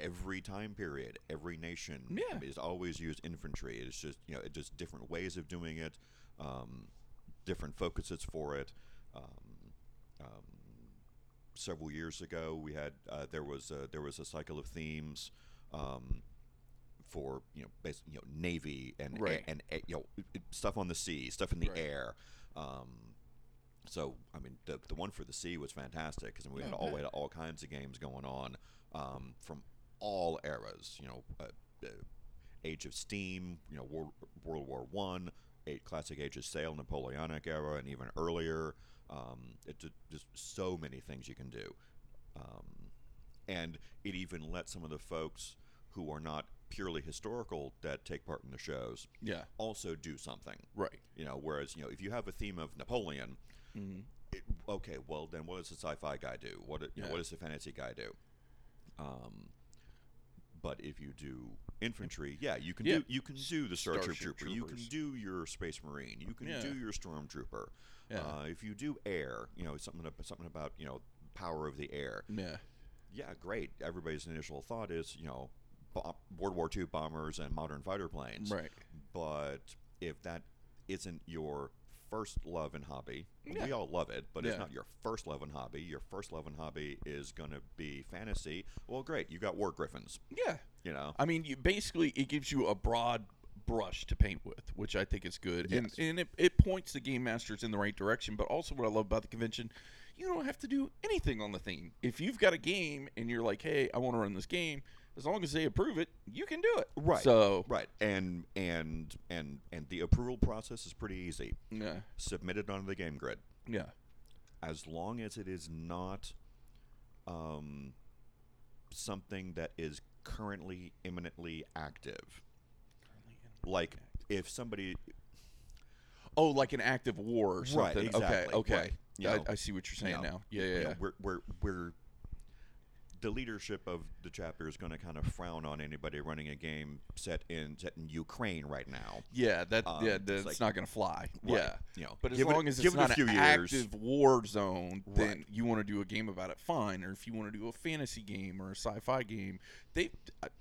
[SPEAKER 2] every time period, every nation
[SPEAKER 1] Yeah.
[SPEAKER 2] is always used infantry. It's just you know it's just different ways of doing it, um, different focuses for it. Um, um, several years ago, we had uh, there was a, there was a cycle of themes. Um, for you know, bas- you know, navy and
[SPEAKER 1] Right.
[SPEAKER 2] and, and you know, stuff on the sea, stuff in the
[SPEAKER 1] Right.
[SPEAKER 2] air. Um, so I mean, the, the one for the sea was fantastic because we had
[SPEAKER 1] Yeah,
[SPEAKER 2] all
[SPEAKER 1] bet.
[SPEAKER 2] we had all kinds of games going on um, from all eras. You know, uh, uh, Age of Steam, you know, World, World War One, a classic Age of Sail, Napoleonic era, and even earlier. Um, it's ju- just so many things you can do, um, and it even lets some of the folks who are not purely historical that take part in the shows
[SPEAKER 1] Yeah.
[SPEAKER 2] also do something.
[SPEAKER 1] Right.
[SPEAKER 2] You know, whereas you know, if you have a theme of Napoleon,
[SPEAKER 1] Mhm.
[SPEAKER 2] it, okay, well then, what does the sci-fi guy do? What do- you know,
[SPEAKER 1] Yeah.
[SPEAKER 2] what does the fantasy guy do? Um, but if you do infantry, yeah, you can
[SPEAKER 1] Yeah.
[SPEAKER 2] do you can do the
[SPEAKER 1] Starship
[SPEAKER 2] starship trooper. You can
[SPEAKER 1] troopers.
[SPEAKER 2] do your space marine. You can
[SPEAKER 1] Yeah.
[SPEAKER 2] do your stormtrooper.
[SPEAKER 1] Yeah.
[SPEAKER 2] Uh, if you do air, you know something ab- something about you know power of the air.
[SPEAKER 1] Yeah.
[SPEAKER 2] Yeah, great. Everybody's initial thought is you know bo- World War II bombers and modern fighter planes
[SPEAKER 1] Right.
[SPEAKER 2] but if that isn't your first love and hobby,
[SPEAKER 1] Yeah.
[SPEAKER 2] we all love it, but
[SPEAKER 1] Yeah.
[SPEAKER 2] it's not your first love and hobby. Your first love and hobby is going to be fantasy. Well, great, you got war griffins,
[SPEAKER 1] Yeah.
[SPEAKER 2] you know.
[SPEAKER 1] I mean, you, basically, it gives you a broad brush to paint with, which I think is good, and
[SPEAKER 2] Yes.
[SPEAKER 1] and it, it points the game masters in the right direction. But also, what I love about the convention, you don't have to do anything on the theme. If you've got a game and you're like, hey, I want to run this game, as long as they approve it, you can do it.
[SPEAKER 2] Right.
[SPEAKER 1] So
[SPEAKER 2] Right. And and and and the approval process is pretty easy.
[SPEAKER 1] yeah,
[SPEAKER 2] Submit it onto the game grid.
[SPEAKER 1] yeah,
[SPEAKER 2] as long as it is not um, something that is currently imminently active. Like if somebody
[SPEAKER 1] oh, like an active war or
[SPEAKER 2] Right,
[SPEAKER 1] something.
[SPEAKER 2] exactly,
[SPEAKER 1] okay, okay,
[SPEAKER 2] right. You
[SPEAKER 1] I,
[SPEAKER 2] know,
[SPEAKER 1] I see what you're saying
[SPEAKER 2] you know,
[SPEAKER 1] now. Yeah,
[SPEAKER 2] you
[SPEAKER 1] yeah,
[SPEAKER 2] know,
[SPEAKER 1] yeah.
[SPEAKER 2] we're we're we're the the leadership of the chapter is going to kind of frown on anybody running a game set in set in Ukraine right now.
[SPEAKER 1] Yeah, that
[SPEAKER 2] Um,
[SPEAKER 1] yeah,
[SPEAKER 2] it's
[SPEAKER 1] that's
[SPEAKER 2] like-
[SPEAKER 1] not going to fly.
[SPEAKER 2] Right.
[SPEAKER 1] Yeah,
[SPEAKER 2] You know,
[SPEAKER 1] but as
[SPEAKER 2] give it-
[SPEAKER 1] long as
[SPEAKER 2] give
[SPEAKER 1] it's
[SPEAKER 2] it
[SPEAKER 1] not
[SPEAKER 2] a few
[SPEAKER 1] an
[SPEAKER 2] years.
[SPEAKER 1] active war zone, then
[SPEAKER 2] Right.
[SPEAKER 1] you want to do a game about it, fine. Or if you want to do a fantasy game or a sci-fi game, they,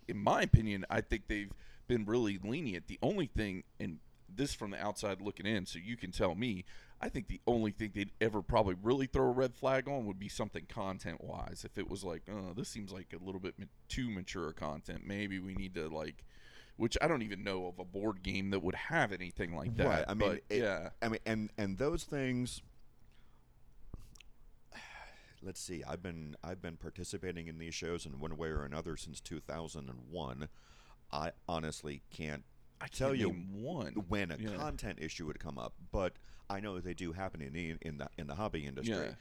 [SPEAKER 1] in my opinion, I think they've been really lenient. The only thing, and this from the outside looking in, so you can tell me. I think the only thing they'd ever probably really throw a red flag on would be something content-wise. If it was like, oh, this seems like a little bit ma- too mature content, maybe we need to like. Which I don't even know of a board game that would have anything like that.
[SPEAKER 2] Right, I mean,
[SPEAKER 1] but,
[SPEAKER 2] it-
[SPEAKER 1] yeah,
[SPEAKER 2] I mean, and and those things. [sighs] Let's see. I've been I've been participating in these shows in one way or another since 2001. I honestly can't
[SPEAKER 1] I
[SPEAKER 2] tell
[SPEAKER 1] can't
[SPEAKER 2] you
[SPEAKER 1] name one.
[SPEAKER 2] when a
[SPEAKER 1] Yeah.
[SPEAKER 2] content issue would come up, but I know they do happen in the in the in the hobby industry.
[SPEAKER 1] Yeah.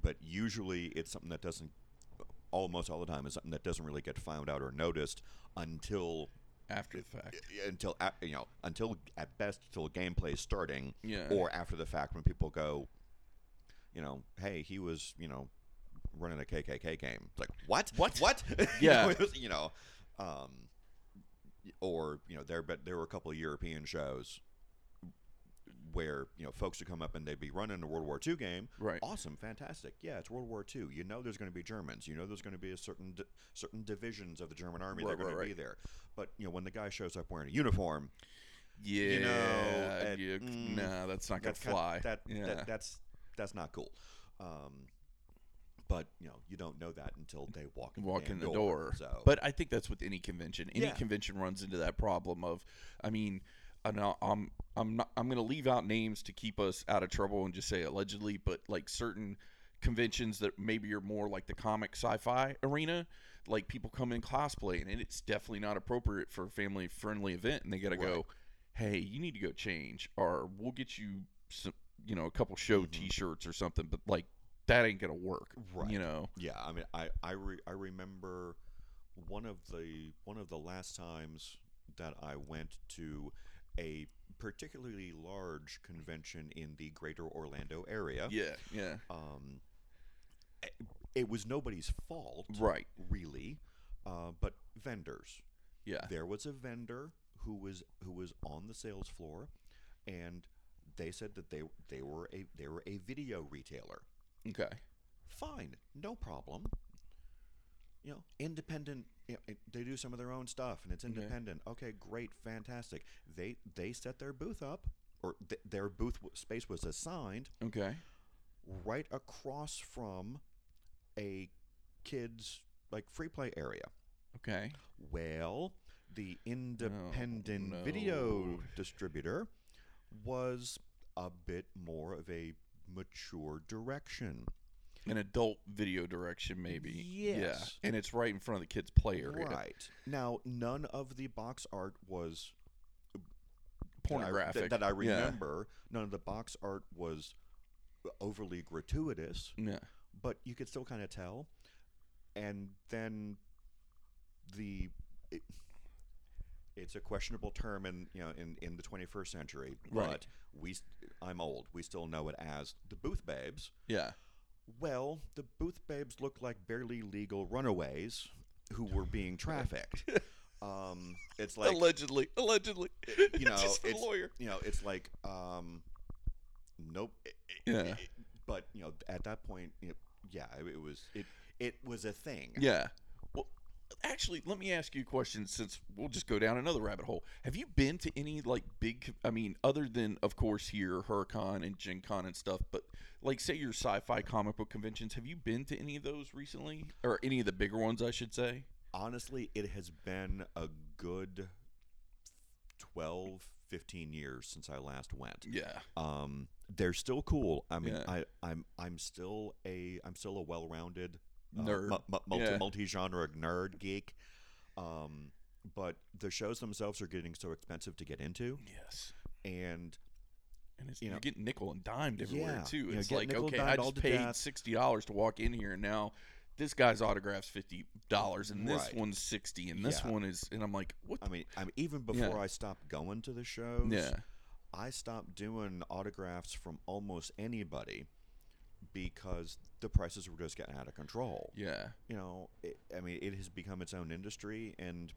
[SPEAKER 2] But usually, it's something that doesn't almost all the time is something that doesn't really get found out or noticed until
[SPEAKER 1] after the fact.
[SPEAKER 2] until a- you know until at best until gameplay starting
[SPEAKER 1] Yeah.
[SPEAKER 2] or after the fact when people go, you know, hey, he was, you know, running a KKK game. It's like what?
[SPEAKER 1] What?
[SPEAKER 2] What? [laughs] You know,
[SPEAKER 1] Yeah.
[SPEAKER 2] it was, you know, um, or you know, there but there were a couple of European shows where you know folks would come up and they'd be running a World War II game.
[SPEAKER 1] Right.
[SPEAKER 2] Awesome, fantastic. Yeah, it's World War II. You know, there's going to be Germans. You know, there's going to be a certain di- certain divisions of the German army that are
[SPEAKER 1] Right,
[SPEAKER 2] going
[SPEAKER 1] right,
[SPEAKER 2] to be there. But you know, when the guy shows up wearing a uniform,
[SPEAKER 1] Yeah.
[SPEAKER 2] you know, and-
[SPEAKER 1] you-
[SPEAKER 2] mm,
[SPEAKER 1] nah, that's not gonna
[SPEAKER 2] that's kinda-
[SPEAKER 1] fly.
[SPEAKER 2] that,
[SPEAKER 1] yeah.
[SPEAKER 2] that that's that's not cool. Um, but you know, you don't know that until they walk in
[SPEAKER 1] walk
[SPEAKER 2] the, damn
[SPEAKER 1] in the door.
[SPEAKER 2] So,
[SPEAKER 1] But I think that's with any convention. Any
[SPEAKER 2] Yeah.
[SPEAKER 1] convention runs into that problem of, I mean, I know I'm I'm not I'm gonna leave out names to keep us out of trouble and just say allegedly, but like certain conventions that maybe are more like the comic sci-fi arena like people come in cosplay and it's definitely not appropriate for a family friendly event and they got to go hey you need to go change or we'll get you some you know a couple show
[SPEAKER 2] Mhm.
[SPEAKER 1] t-shirts or something but like that ain't gonna work
[SPEAKER 2] Right.
[SPEAKER 1] you know
[SPEAKER 2] yeah, I mean, I I, re- I remember one of the one of the last times that I went to a particularly large convention in the greater Orlando area.
[SPEAKER 1] yeah yeah
[SPEAKER 2] Um, it, it was nobody's fault,
[SPEAKER 1] right
[SPEAKER 2] really, uh, but vendors.
[SPEAKER 1] yeah
[SPEAKER 2] there was a vendor who was who was on the sales floor and they said that they they were a they were a video retailer
[SPEAKER 1] Okay.
[SPEAKER 2] fine no problem you know independent you know, it- they do some of their own stuff and it's
[SPEAKER 1] Okay.
[SPEAKER 2] independent okay great fantastic they they set their booth up or th- their booth w- space was assigned
[SPEAKER 1] Okay.
[SPEAKER 2] right across from a kids like free play area
[SPEAKER 1] Okay.
[SPEAKER 2] well, the independent
[SPEAKER 1] no.
[SPEAKER 2] video distributor was a bit more of a mature direction.
[SPEAKER 1] An adult video direction, maybe.
[SPEAKER 2] Yes.
[SPEAKER 1] Yeah. And it's right in front of the kids' play area.
[SPEAKER 2] Right. Now, none of the box art was that I-
[SPEAKER 1] Pornographic.
[SPEAKER 2] That that I,
[SPEAKER 1] Yeah.
[SPEAKER 2] remember, none of the box art was overly gratuitous,
[SPEAKER 1] Yeah.
[SPEAKER 2] but you could still kind of tell. And then the. it- it's a questionable term in you know in, in the 21st century, but
[SPEAKER 1] Right.
[SPEAKER 2] we st- I'm old. We still know it as the Booth Babes.
[SPEAKER 1] Yeah.
[SPEAKER 2] Well, the Booth Babes looked like barely legal runaways who were
[SPEAKER 1] [laughs]
[SPEAKER 2] being trafficked. um, it's like
[SPEAKER 1] allegedly. Allegedly. [laughs]
[SPEAKER 2] you know,
[SPEAKER 1] Just for the
[SPEAKER 2] it's-
[SPEAKER 1] lawyer.
[SPEAKER 2] you know, it's like um, nope. i- i-
[SPEAKER 1] Yeah.
[SPEAKER 2] i- but you know, at that point, you know, yeah, it, it was it it was a thing.
[SPEAKER 1] Yeah. Well, actually, let me ask you a question since we'll just go down another rabbit hole. Have you been to any, like, big, co- I mean, other than, of course, here, Huracan and Gen Con and stuff, but, like, say your sci fi comic book conventions, have you been to any of those recently? Or any of the bigger ones, I should say?
[SPEAKER 2] Honestly, it has been a good 12, 15 years since I last went.
[SPEAKER 1] Yeah.
[SPEAKER 2] um, they're still cool. I mean,
[SPEAKER 1] Yeah.
[SPEAKER 2] I, I'm I'm still a I'm still a well-rounded uh,
[SPEAKER 1] Nerd.
[SPEAKER 2] mu- mu- multi
[SPEAKER 1] Yeah.
[SPEAKER 2] multi-genre nerd geek. Um, but the shows themselves are getting so expensive to get into,
[SPEAKER 1] Yes.
[SPEAKER 2] and
[SPEAKER 1] And it's,
[SPEAKER 2] You
[SPEAKER 1] you,
[SPEAKER 2] know-
[SPEAKER 1] get nickel and dimed everywhere
[SPEAKER 2] Yeah. You
[SPEAKER 1] too.
[SPEAKER 2] know,
[SPEAKER 1] It's
[SPEAKER 2] get
[SPEAKER 1] like
[SPEAKER 2] nickel
[SPEAKER 1] okay,
[SPEAKER 2] and
[SPEAKER 1] I
[SPEAKER 2] dimed all
[SPEAKER 1] just
[SPEAKER 2] to
[SPEAKER 1] paid
[SPEAKER 2] death.
[SPEAKER 1] sixty dollars to walk in here, and now this guy's autograph's fifty dollars, and this
[SPEAKER 2] Right.
[SPEAKER 1] one's sixty, and this
[SPEAKER 2] Yeah.
[SPEAKER 1] one is, and I'm like, what?
[SPEAKER 2] I mean, I mean, even
[SPEAKER 1] Yeah.
[SPEAKER 2] before I stopped going to the shows,
[SPEAKER 1] yeah,
[SPEAKER 2] I stopped doing autographs from almost anybody because the prices were just getting out of control.
[SPEAKER 1] Yeah.
[SPEAKER 2] You know, it, I mean, it has become its own industry, and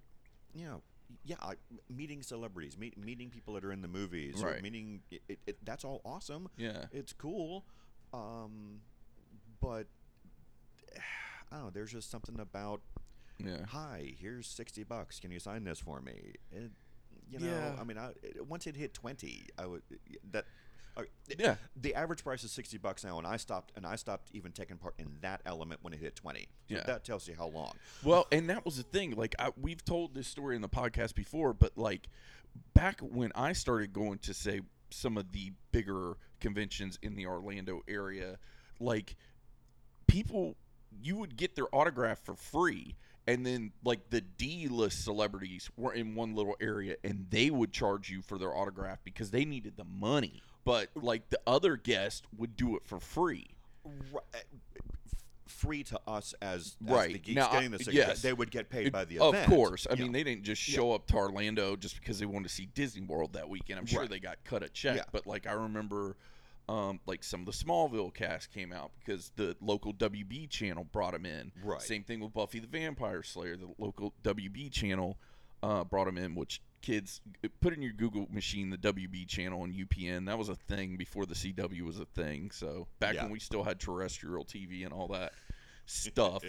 [SPEAKER 2] you know, yeah, I, meeting celebrities, meet, meeting people that are in the movies, or
[SPEAKER 1] Right.
[SPEAKER 2] meeting it, it, it, that's all awesome.
[SPEAKER 1] Yeah.
[SPEAKER 2] It's cool, um, but I don't know. There's just something about
[SPEAKER 1] Yeah.
[SPEAKER 2] hi, here's sixty bucks. Can you sign this for me? It, you know,
[SPEAKER 1] Yeah.
[SPEAKER 2] I mean, I, it, once it hit twenty, I would that. all right, th- [laughs]
[SPEAKER 1] Yeah.
[SPEAKER 2] the average price is sixty bucks now, and I stopped and I stopped even taking part in that element when it hit twenty. So
[SPEAKER 1] Yeah.
[SPEAKER 2] that tells you how long.
[SPEAKER 1] Well, and that was the thing. Like I, we've told this story in the podcast before, but like back when I started going to say some of the bigger conventions in the Orlando area, like people you would get their autograph for free and then like the D-list celebrities were in one little area and they would charge you for their autograph because they needed the money. But like the other guest would do it for free.
[SPEAKER 2] R- uh, f- Free to us as, as
[SPEAKER 1] Right.
[SPEAKER 2] the geeks
[SPEAKER 1] Now, I-
[SPEAKER 2] getting this,
[SPEAKER 1] yes.
[SPEAKER 2] they would get paid
[SPEAKER 1] It-
[SPEAKER 2] by the
[SPEAKER 1] of
[SPEAKER 2] event.
[SPEAKER 1] course. I
[SPEAKER 2] Yeah.
[SPEAKER 1] mean, they didn't just
[SPEAKER 2] Yeah.
[SPEAKER 1] show up to Orlando just because they wanted to see Disney World that weekend. I'm sure
[SPEAKER 2] Right.
[SPEAKER 1] they got cut a check,
[SPEAKER 2] Yeah.
[SPEAKER 1] but like I remember, um, like some of the Smallville cast came out because the local WB channel brought them in.
[SPEAKER 2] Right.
[SPEAKER 1] Same thing with Buffy the Vampire Slayer. The local WB channel uh, brought them in, which kids put in your Google machine the WB channel and UPN. That was a thing before the CW was a thing. So back
[SPEAKER 2] Yeah.
[SPEAKER 1] when we still had terrestrial TV and all that
[SPEAKER 2] [laughs]
[SPEAKER 1] stuff.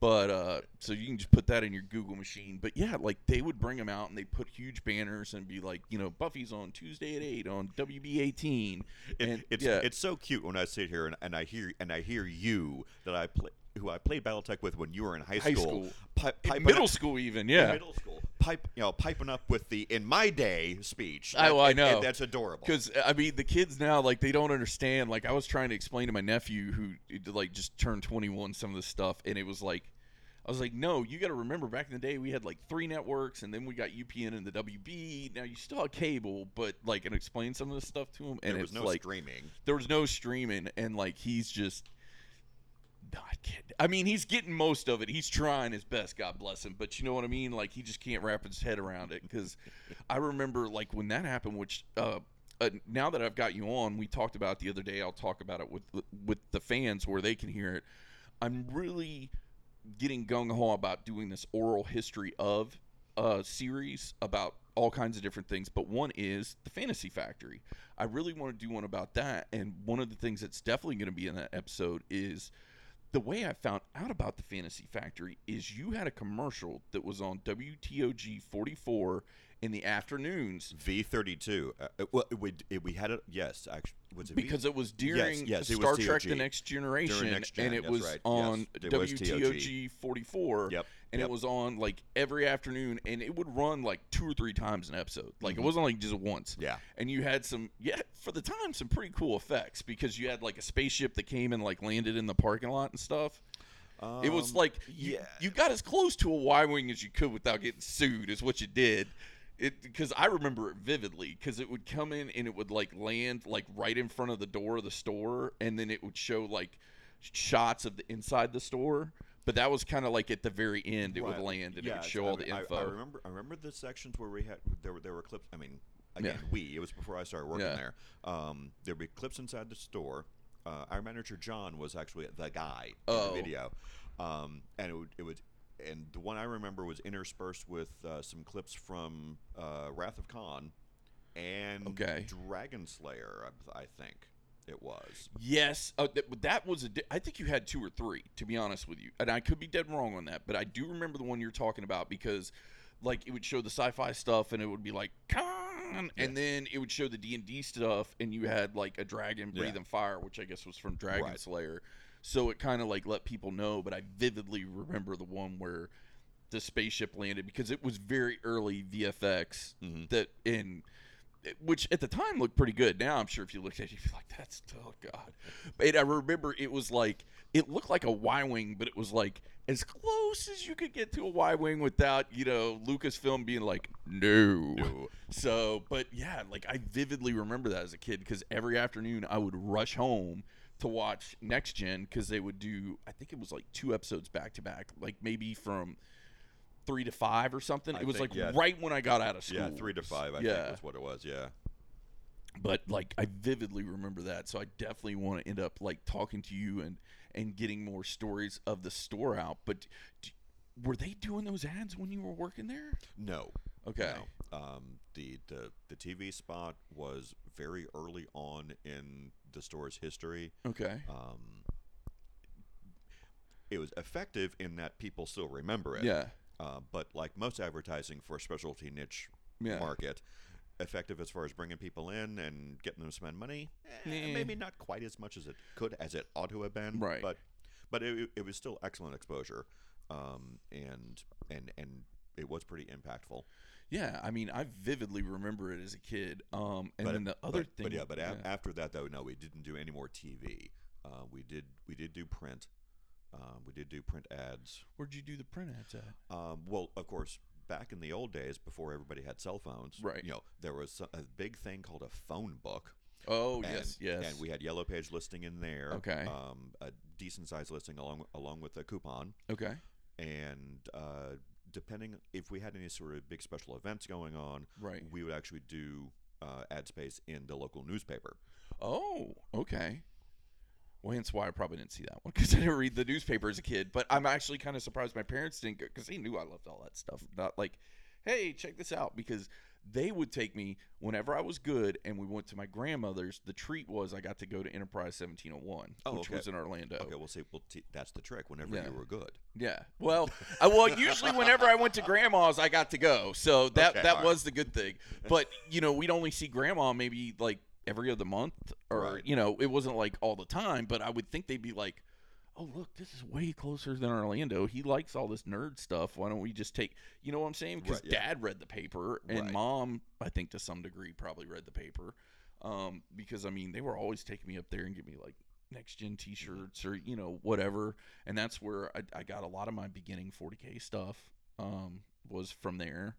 [SPEAKER 1] But uh, so you can just put that in your Google machine. But yeah, like they would bring them out and they put huge banners and be like, you know, Buffy's on Tuesday at eight on WB eighteen.
[SPEAKER 2] It-
[SPEAKER 1] And
[SPEAKER 2] it's
[SPEAKER 1] yeah,
[SPEAKER 2] it's so cute when I sit here and, and I hear and I hear you that I play who I played BattleTech with when you were in high
[SPEAKER 1] High
[SPEAKER 2] school,
[SPEAKER 1] school.
[SPEAKER 2] Pi-
[SPEAKER 1] In
[SPEAKER 2] piping
[SPEAKER 1] middle
[SPEAKER 2] up-
[SPEAKER 1] school even.
[SPEAKER 2] in
[SPEAKER 1] Yeah,
[SPEAKER 2] middle school, pipe you know piping up with the in my day speech.
[SPEAKER 1] I- well, I
[SPEAKER 2] and- and
[SPEAKER 1] know.
[SPEAKER 2] that's adorable.
[SPEAKER 1] Because uh, I mean, the kids now like they don't understand. Like I was trying to explain to my nephew who like just turned 21 some of this stuff, and it was like, I was like, no, you got to remember back in the day we had like three networks, and then we got UPN and the WB. Now you still had cable, but like, and explain some of this stuff to him, and
[SPEAKER 2] there
[SPEAKER 1] it
[SPEAKER 2] was no
[SPEAKER 1] like
[SPEAKER 2] streaming.
[SPEAKER 1] there was no streaming, and like he's just. not getting- I mean, he's getting most of it. He's trying his best, God bless him. But you know what I mean? Like, he just can't wrap his head around it. Because I remember, like, when that happened, which uh, uh, now that I've got you on, we talked about it the other day. I'll talk about it with with the fans where they can hear it. I'm really getting gung ho about doing this oral history of uh, series about all kinds of different things, but one is the Fantasy Factory. I really want to do one about that, and one of the things that's definitely going to be in that episode is the way I found out about the Fantasy Factory is you had a commercial that was on WTOG 44 in the afternoons
[SPEAKER 2] V thirty two. Well, it, would- it, we had it. Yes, actually, was it V-
[SPEAKER 1] because it was during
[SPEAKER 2] yes, it was
[SPEAKER 1] Star Trek:
[SPEAKER 2] TOG.
[SPEAKER 1] The Next Generation,
[SPEAKER 2] Next Gen,
[SPEAKER 1] and it
[SPEAKER 2] that's
[SPEAKER 1] was
[SPEAKER 2] right, yes,
[SPEAKER 1] on
[SPEAKER 2] it was
[SPEAKER 1] WTOG 44.
[SPEAKER 2] Yep,
[SPEAKER 1] And
[SPEAKER 2] yep.
[SPEAKER 1] it was on like every afternoon, and it would run like two or three times an episode. Like it wasn't like just once.
[SPEAKER 2] Mm-hmm. Yeah.
[SPEAKER 1] And you had some, yeah, for the time, some pretty cool effects because you had like a spaceship that came and like landed in the parking lot and stuff. it was
[SPEAKER 2] Um,
[SPEAKER 1] like you,
[SPEAKER 2] yeah.
[SPEAKER 1] you got as close to a Y wing as you could without getting sued, is what you did. It because I remember it vividly because it would come in and it would like land like right in front of the door of the store, and then it would show like shots of the inside the store. But that was kind of like at the very end, it would
[SPEAKER 2] Right.
[SPEAKER 1] land and it
[SPEAKER 2] Yeah,
[SPEAKER 1] would show
[SPEAKER 2] I
[SPEAKER 1] all
[SPEAKER 2] mean,
[SPEAKER 1] the
[SPEAKER 2] I-
[SPEAKER 1] info.
[SPEAKER 2] I, remember. I remember the sections where we had there were there were clips. I mean,
[SPEAKER 1] Yeah.
[SPEAKER 2] again, we it was before I started working
[SPEAKER 1] Yeah.
[SPEAKER 2] there. Um, there would be clips inside the store. Uh, our manager John was actually the guy in
[SPEAKER 1] Oh.
[SPEAKER 2] the video, um, and it would, it would. And the one I remember was interspersed with uh, some clips from uh, Wrath of Khan and
[SPEAKER 1] Okay.
[SPEAKER 2] Dragon Slayer, I, I think it was.
[SPEAKER 1] Yes, uh, th- that was a. Di- I think you had two or three, to be honest with you, and I could be dead wrong on that, but I do remember the one you're talking about because, like, it would show the sci-fi stuff, and it would be like Khan,
[SPEAKER 2] Yes.
[SPEAKER 1] and then it would show the D and D stuff, and you had like a dragon
[SPEAKER 2] Yeah.
[SPEAKER 1] breathing fire, which I guess was from Dragon
[SPEAKER 2] Right.
[SPEAKER 1] Slayer. So it kind of like let people know, but I vividly remember the one where the spaceship landed because it was very early VFX
[SPEAKER 2] Mhm.
[SPEAKER 1] that in which at the time looked pretty good. Now I'm sure if you looked at it, you'd be like, "That's oh god." And I remember it was like it looked like a Y wing, but it was like as close as you could get to a Y wing without you know Lucasfilm being like, "No." So, but yeah, like I vividly remember that as a kid because every afternoon I would rush home to watch Next Gen because they would do I think it was like two episodes back to back, like maybe from three to five or something.
[SPEAKER 2] I
[SPEAKER 1] it was
[SPEAKER 2] think,
[SPEAKER 1] like
[SPEAKER 2] yeah.
[SPEAKER 1] right when I got out of school.
[SPEAKER 2] Yeah, three to five. I
[SPEAKER 1] yeah.
[SPEAKER 2] think was what it was. Yeah.
[SPEAKER 1] but like I vividly remember that. So I definitely want to end up like talking to you and and getting more stories of the store out. But d were they doing those ads when you were working there?
[SPEAKER 2] No,
[SPEAKER 1] Okay.
[SPEAKER 2] no. Um, the, the the TV spot was very early on in the store's history.
[SPEAKER 1] Okay.
[SPEAKER 2] Um, it was effective in that people still remember it.
[SPEAKER 1] Yeah.
[SPEAKER 2] Uh, but like most advertising for a specialty niche
[SPEAKER 1] Yeah.
[SPEAKER 2] market, effective as far as bringing people in and getting them to spend money, eh,
[SPEAKER 1] Nah.
[SPEAKER 2] maybe not quite as much as it could as it ought to have been.
[SPEAKER 1] Right.
[SPEAKER 2] But but it, it was still excellent exposure, um, and and and it was pretty impactful.
[SPEAKER 1] Yeah. I mean, I vividly remember it as a kid. Um, and
[SPEAKER 2] but,
[SPEAKER 1] then the other
[SPEAKER 2] but-
[SPEAKER 1] thing.
[SPEAKER 2] But yeah, but a- after that though, no, we didn't do any more TV. Uh, we did we did do print. Um, we did do print ads.
[SPEAKER 1] where'd you do the print ads at?
[SPEAKER 2] Um, well, of course, back in the old days, before everybody had cell phones,
[SPEAKER 1] Right.
[SPEAKER 2] You know, there was a a big thing called a phone book.
[SPEAKER 1] Oh
[SPEAKER 2] and,
[SPEAKER 1] yes, yes.
[SPEAKER 2] And we had yellow page listing in there.
[SPEAKER 1] Okay.
[SPEAKER 2] Um, a decent sized listing along along with a coupon,
[SPEAKER 1] okay.
[SPEAKER 2] and uh, depending if we had any sort of big special events going on,
[SPEAKER 1] Right.
[SPEAKER 2] we would actually do uh, ad space in the local newspaper.
[SPEAKER 1] Oh, okay. Well, hence why I probably didn't see that one because I didn't read the newspaper as a kid. But I'm actually kind of surprised my parents didn't because they knew I loved all that stuff. Not like, hey, check this out because they would take me whenever I was good and we went to my grandmother's. The treat was I got to go to Enterprise 1701,
[SPEAKER 2] Oh,
[SPEAKER 1] which
[SPEAKER 2] okay.
[SPEAKER 1] was in Orlando.
[SPEAKER 2] Okay, we'll see. Well, t- that's the trick. Whenever
[SPEAKER 1] Yeah.
[SPEAKER 2] you were good,
[SPEAKER 1] Yeah. Well, I, well, usually whenever I went to grandma's, I got to go. So that
[SPEAKER 2] Okay,
[SPEAKER 1] that
[SPEAKER 2] all right.
[SPEAKER 1] was the good thing. But you know, we'd only see grandma maybe like every other month, or
[SPEAKER 2] Right.
[SPEAKER 1] you know, it wasn't like all the time. But I would think they'd be like, "Oh, look, this is way closer than Orlando. He likes all this nerd stuff. Why don't we just take?" You know what I'm saying? Because
[SPEAKER 2] Right, yeah.
[SPEAKER 1] dad read the paper, and
[SPEAKER 2] Right.
[SPEAKER 1] mom, I think to some degree, probably read the paper. Um, because I mean, they were always taking me up there and give me like next gen
[SPEAKER 2] Mm-hmm.
[SPEAKER 1] t-shirts or you know whatever and that's where I, I got a lot of my beginning 40k stuff um was from there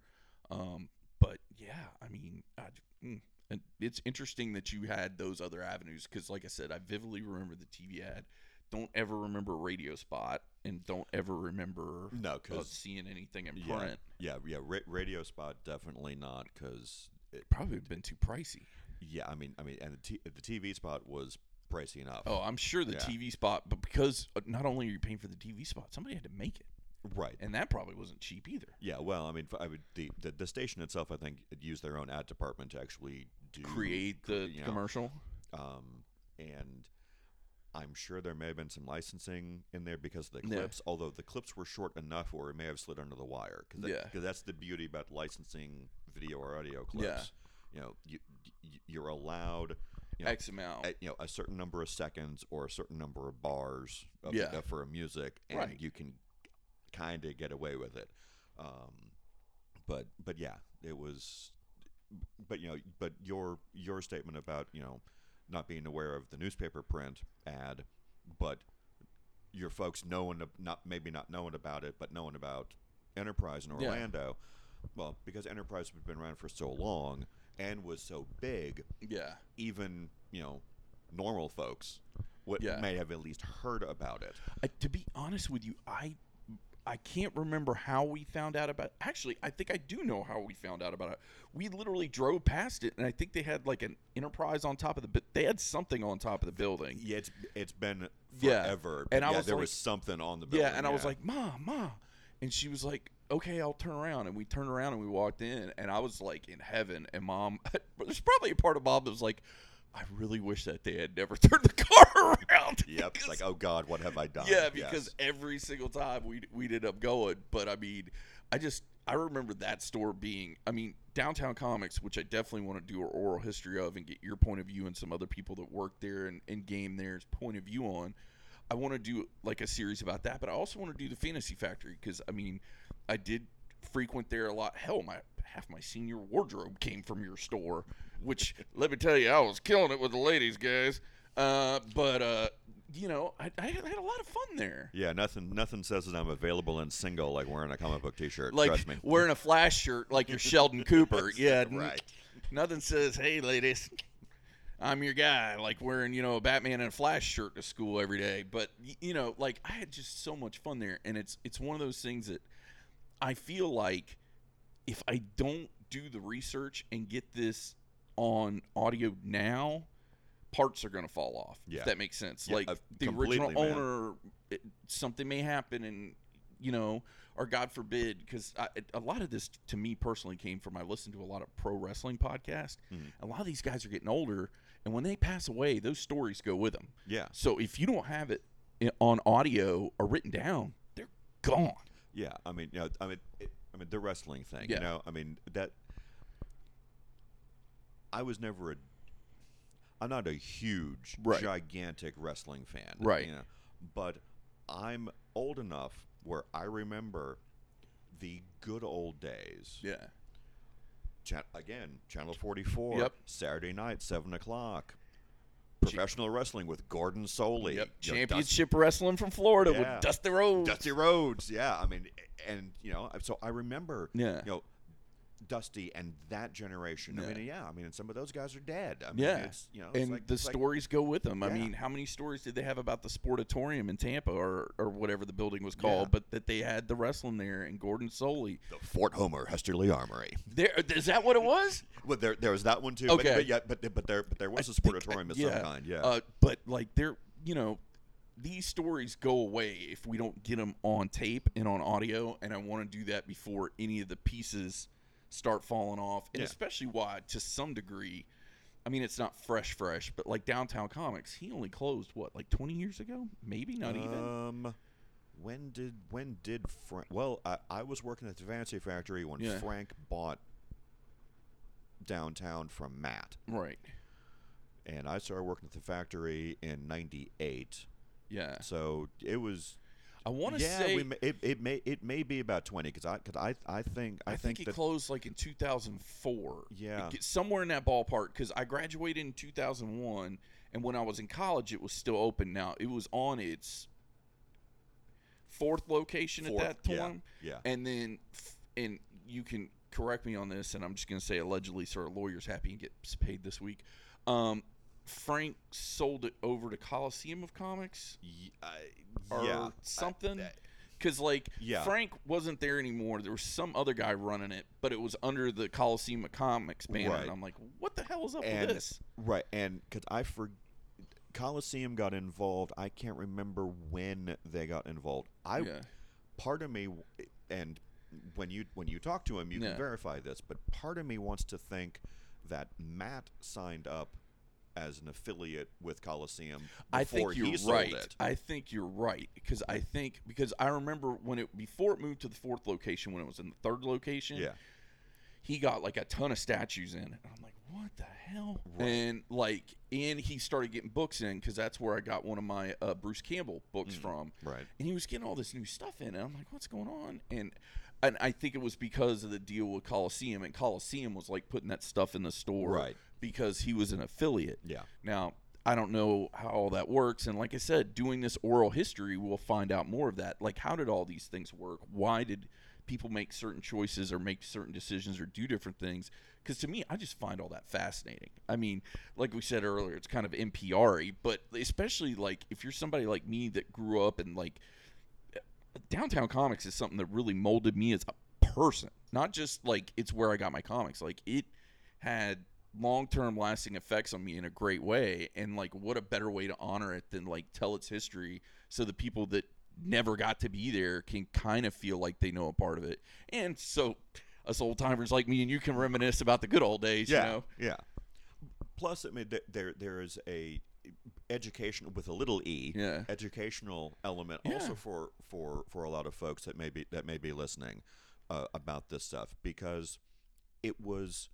[SPEAKER 1] um but yeah i mean I, mm, and it's interesting that you had those other avenues because like i said i vividly remember the tv ad don't ever remember radio spot and don't ever remember
[SPEAKER 2] no,
[SPEAKER 1] uh,
[SPEAKER 2] because
[SPEAKER 1] seeing anything in
[SPEAKER 2] Mm, Yeah.
[SPEAKER 1] print
[SPEAKER 2] yeah, yeah, ra- radio spot definitely not because
[SPEAKER 1] probably would've been too pricey
[SPEAKER 2] yeah, I mean, I mean, and the, t- the TV spot was pricey enough.
[SPEAKER 1] oh i'm sure the
[SPEAKER 2] Yeah.
[SPEAKER 1] tv spot but because uh, not only are you paying for the tv spot somebody had to make it
[SPEAKER 2] right.
[SPEAKER 1] and that probably wasn't cheap either
[SPEAKER 2] Yeah, well, I mean, f- I would the, the the station itself, I think, had used their own ad department to actually do
[SPEAKER 1] create the
[SPEAKER 2] you know,
[SPEAKER 1] commercial.
[SPEAKER 2] Um, and I'm sure there may have been some licensing in there because of the
[SPEAKER 1] Yeah.
[SPEAKER 2] clips, although the clips were short enough, where it may have slid under the wire. Because
[SPEAKER 1] Yeah.
[SPEAKER 2] that's the beauty about licensing video or audio clips. You know, you you- you're allowed you know,
[SPEAKER 1] X amount.
[SPEAKER 2] a, you know a certain number of seconds or a certain number of bars of,
[SPEAKER 1] Yeah.
[SPEAKER 2] of- for a music, and
[SPEAKER 1] Right.
[SPEAKER 2] you can kind of get away with it. Um, but but yeah, it was. But you know, but your your statement about you know not being aware of the newspaper print ad, but your folks knowing ab- not maybe not knowing about it, but knowing about Enterprise in
[SPEAKER 1] Yeah.
[SPEAKER 2] Orlando. Well, because Enterprise had been around for so long and was so big,
[SPEAKER 1] yeah.
[SPEAKER 2] even you know normal folks what
[SPEAKER 1] Yeah.
[SPEAKER 2] may have at least heard about it
[SPEAKER 1] I, to be honest with you, I I can't remember how we found out about. Actually, I think I do know how we found out about it. We literally drove past it, and I think they had like an enterprise on top of the. bu- They had something on top of the building.
[SPEAKER 2] yeah it's it's been
[SPEAKER 1] Yeah.
[SPEAKER 2] forever
[SPEAKER 1] And I
[SPEAKER 2] yeah,
[SPEAKER 1] was
[SPEAKER 2] there
[SPEAKER 1] like-
[SPEAKER 2] was something on the building
[SPEAKER 1] Yeah, and I was like, "Ma, ma," and she was like, "Okay, I'll turn around." And we turned around and we walked in, and I was like in heaven. And mom, [laughs] there's probably a part of mom that was like, "I really wish that they had never [laughs] turned the car around."
[SPEAKER 2] yep it's
[SPEAKER 1] because- [laughs]
[SPEAKER 2] like oh god what have i done
[SPEAKER 1] Yeah, because
[SPEAKER 2] Yes.
[SPEAKER 1] every single time we we ended up going. But I mean, I just I remember that store being. I mean, downtown comics, which I definitely want to do an oral history of and get your point of view and some other people that work there and, and game there's point of view on. I want to do like a series about that, but I also want to do the Fantasy Factory because I mean, I did frequent there a lot. Hell, my half my senior wardrobe came from your store, which let me tell you, I was killing it with the ladies, guys. Uh, but uh, you know, I, I had I had a lot of fun there.
[SPEAKER 2] yeah nothing nothing says that i'm available and single like wearing a comic book t-shirt
[SPEAKER 1] Like
[SPEAKER 2] trust me
[SPEAKER 1] wearing a flash shirt, like you're Sheldon
[SPEAKER 2] [laughs]
[SPEAKER 1] Cooper. Yeah, n-
[SPEAKER 2] right
[SPEAKER 1] Nothing says, "Hey, ladies, I'm your guy." Like wearing, you know, a Batman and a Flash shirt to school every day. But y- you know, like I had just so much fun there, and it's it's one of those things that I feel like if I don't do the research and get this on audio now, parts are going to fall off.
[SPEAKER 2] Yeah.
[SPEAKER 1] If that makes sense.
[SPEAKER 2] Yeah,
[SPEAKER 1] like
[SPEAKER 2] uh,
[SPEAKER 1] the original
[SPEAKER 2] completely, man.
[SPEAKER 1] owner, it, something may happen, and you know, or God forbid, because a lot of this to me personally came from I listened to a lot of pro wrestling podcasts.
[SPEAKER 2] Mhm.
[SPEAKER 1] A lot of these guys are getting older, and when they pass away, those stories go with them.
[SPEAKER 2] Yeah.
[SPEAKER 1] So if you don't have it i- on audio or written down, they're gone.
[SPEAKER 2] Yeah, I mean, you know, I mean, it, I mean, the wrestling thing.
[SPEAKER 1] Yeah.
[SPEAKER 2] You know, I mean that. I was never a. I'm not a huge,
[SPEAKER 1] Right.
[SPEAKER 2] gigantic wrestling fan.
[SPEAKER 1] Right.
[SPEAKER 2] You know, but I'm old enough where I remember the good old days.
[SPEAKER 1] Yeah.
[SPEAKER 2] Cha- again, Channel 44.
[SPEAKER 1] Yep.
[SPEAKER 2] Saturday night, seven o'clock.
[SPEAKER 1] Ch-
[SPEAKER 2] Professional wrestling with Gordon Soley.
[SPEAKER 1] Yep.
[SPEAKER 2] you know, Dusty
[SPEAKER 1] Championship wrestling from Florida
[SPEAKER 2] Yeah.
[SPEAKER 1] with Dusty Rhodes.
[SPEAKER 2] Dusty Rhodes, yeah. I mean, and you know, so I remember,
[SPEAKER 1] [laughs] Yeah.
[SPEAKER 2] you know, Dusty and that generation. I
[SPEAKER 1] Yeah.
[SPEAKER 2] mean, yeah. I mean, and some of those guys are dead. I mean,
[SPEAKER 1] Yeah.
[SPEAKER 2] it's, you know, it's
[SPEAKER 1] and
[SPEAKER 2] like,
[SPEAKER 1] the
[SPEAKER 2] it's like-
[SPEAKER 1] stories go with them. I
[SPEAKER 2] Yeah.
[SPEAKER 1] mean, how many stories did they have about the Sportatorium in Tampa or, or whatever the building was
[SPEAKER 2] Yeah.
[SPEAKER 1] called, but that they had the wrestling there and Gordon Soley.
[SPEAKER 2] the Fort Homer Hester Lee Armory.
[SPEAKER 1] There uh, is that
[SPEAKER 2] [laughs]
[SPEAKER 1] what it was?
[SPEAKER 2] Well, there, there was that one too.
[SPEAKER 1] Okay.
[SPEAKER 2] But, but yeah, but, but there, but there was a sportatorium of some kind. Yeah.
[SPEAKER 1] Uh, but like they're you know, these stories go away if we don't get them on tape and on audio. And I want to do that before any of the pieces start falling off, and
[SPEAKER 2] Yeah.
[SPEAKER 1] especially why to some degree. I mean, it's not fresh, fresh, but like Downtown Comics, he only closed what, like twenty years ago? Maybe not even.
[SPEAKER 2] Um, when did when did Frank? Well, I, I was working at the Fancy Factory when
[SPEAKER 1] Yeah.
[SPEAKER 2] Frank bought downtown from Matt.
[SPEAKER 1] Right.
[SPEAKER 2] and I started working at the factory in '98.
[SPEAKER 1] Yeah.
[SPEAKER 2] So it was.
[SPEAKER 1] I want to
[SPEAKER 2] yeah,
[SPEAKER 1] say
[SPEAKER 2] we, ma- it, it may it may be about twenty because I cause I I think I,
[SPEAKER 1] I, think,
[SPEAKER 2] think,
[SPEAKER 1] he
[SPEAKER 2] that
[SPEAKER 1] closed like in 2004.
[SPEAKER 2] Yeah.
[SPEAKER 1] It get- somewhere in that ballpark because I graduated in 2001, and when I was in college, it was still open. Now it was on its fourth location
[SPEAKER 2] Fourth,
[SPEAKER 1] at that
[SPEAKER 2] yeah,
[SPEAKER 1] time,
[SPEAKER 2] yeah
[SPEAKER 1] and then f- and you can correct me on this, and I'm just gonna say allegedly, so our lawyer's happy and gets paid this week. Um, Frank sold it over to Coliseum of Comics
[SPEAKER 2] Y- I-
[SPEAKER 1] or
[SPEAKER 2] yeah I-
[SPEAKER 1] something.
[SPEAKER 2] I-
[SPEAKER 1] Because like
[SPEAKER 2] Yeah.
[SPEAKER 1] Frank wasn't there anymore. There was some other guy running it, but it was under the Coliseum of Comics banner.
[SPEAKER 2] Right.
[SPEAKER 1] And I'm like, what the hell is up
[SPEAKER 2] And-
[SPEAKER 1] with this?
[SPEAKER 2] right and because I for Coliseum got involved. I can't remember when they got involved. I
[SPEAKER 1] yeah.
[SPEAKER 2] part of me w- and when you when you talk to him you
[SPEAKER 1] Yeah.
[SPEAKER 2] can verify this but part of me wants to think that matt signed up as an affiliate with coliseum before
[SPEAKER 1] I think
[SPEAKER 2] he
[SPEAKER 1] you're
[SPEAKER 2] sold
[SPEAKER 1] right.
[SPEAKER 2] it
[SPEAKER 1] I think you're right because I think because I remember when it before it moved to the fourth location when it was in the third location.
[SPEAKER 2] yeah
[SPEAKER 1] he got like a ton of statues in. And I'm like, what the hell?
[SPEAKER 2] Right.
[SPEAKER 1] And like, and he started getting books in because that's where I got one of my uh, Bruce Campbell books
[SPEAKER 2] Mm.
[SPEAKER 1] from.
[SPEAKER 2] right
[SPEAKER 1] and he was getting all this new stuff in and i'm like what's going on and and i think it was because of the deal with coliseum and coliseum was like putting that stuff in the store
[SPEAKER 2] Right.
[SPEAKER 1] because he was an affiliate
[SPEAKER 2] yeah
[SPEAKER 1] now i don't know how all that works and like i said doing this oral history we'll find out more of that like how did all these things work why did people make certain choices or make certain decisions or do different things because to me i just find all that fascinating i mean like we said earlier it's kind of npr but especially like if you're somebody like me that grew up and like downtown comics is something that really molded me as a person not just like it's where i got my comics like it had long-term lasting effects on me in a great way and like what a better way to honor it than like tell its history so the people that never got to be there can kind of feel like they know a part of it and so us old timers like me and you can reminisce about the good old days
[SPEAKER 2] yeah
[SPEAKER 1] you know
[SPEAKER 2] yeah plus i mean th- there there is a education with a little e
[SPEAKER 1] yeah
[SPEAKER 2] educational element
[SPEAKER 1] Yeah.
[SPEAKER 2] also for for for a lot of folks that may be that may be listening uh, about this stuff because it was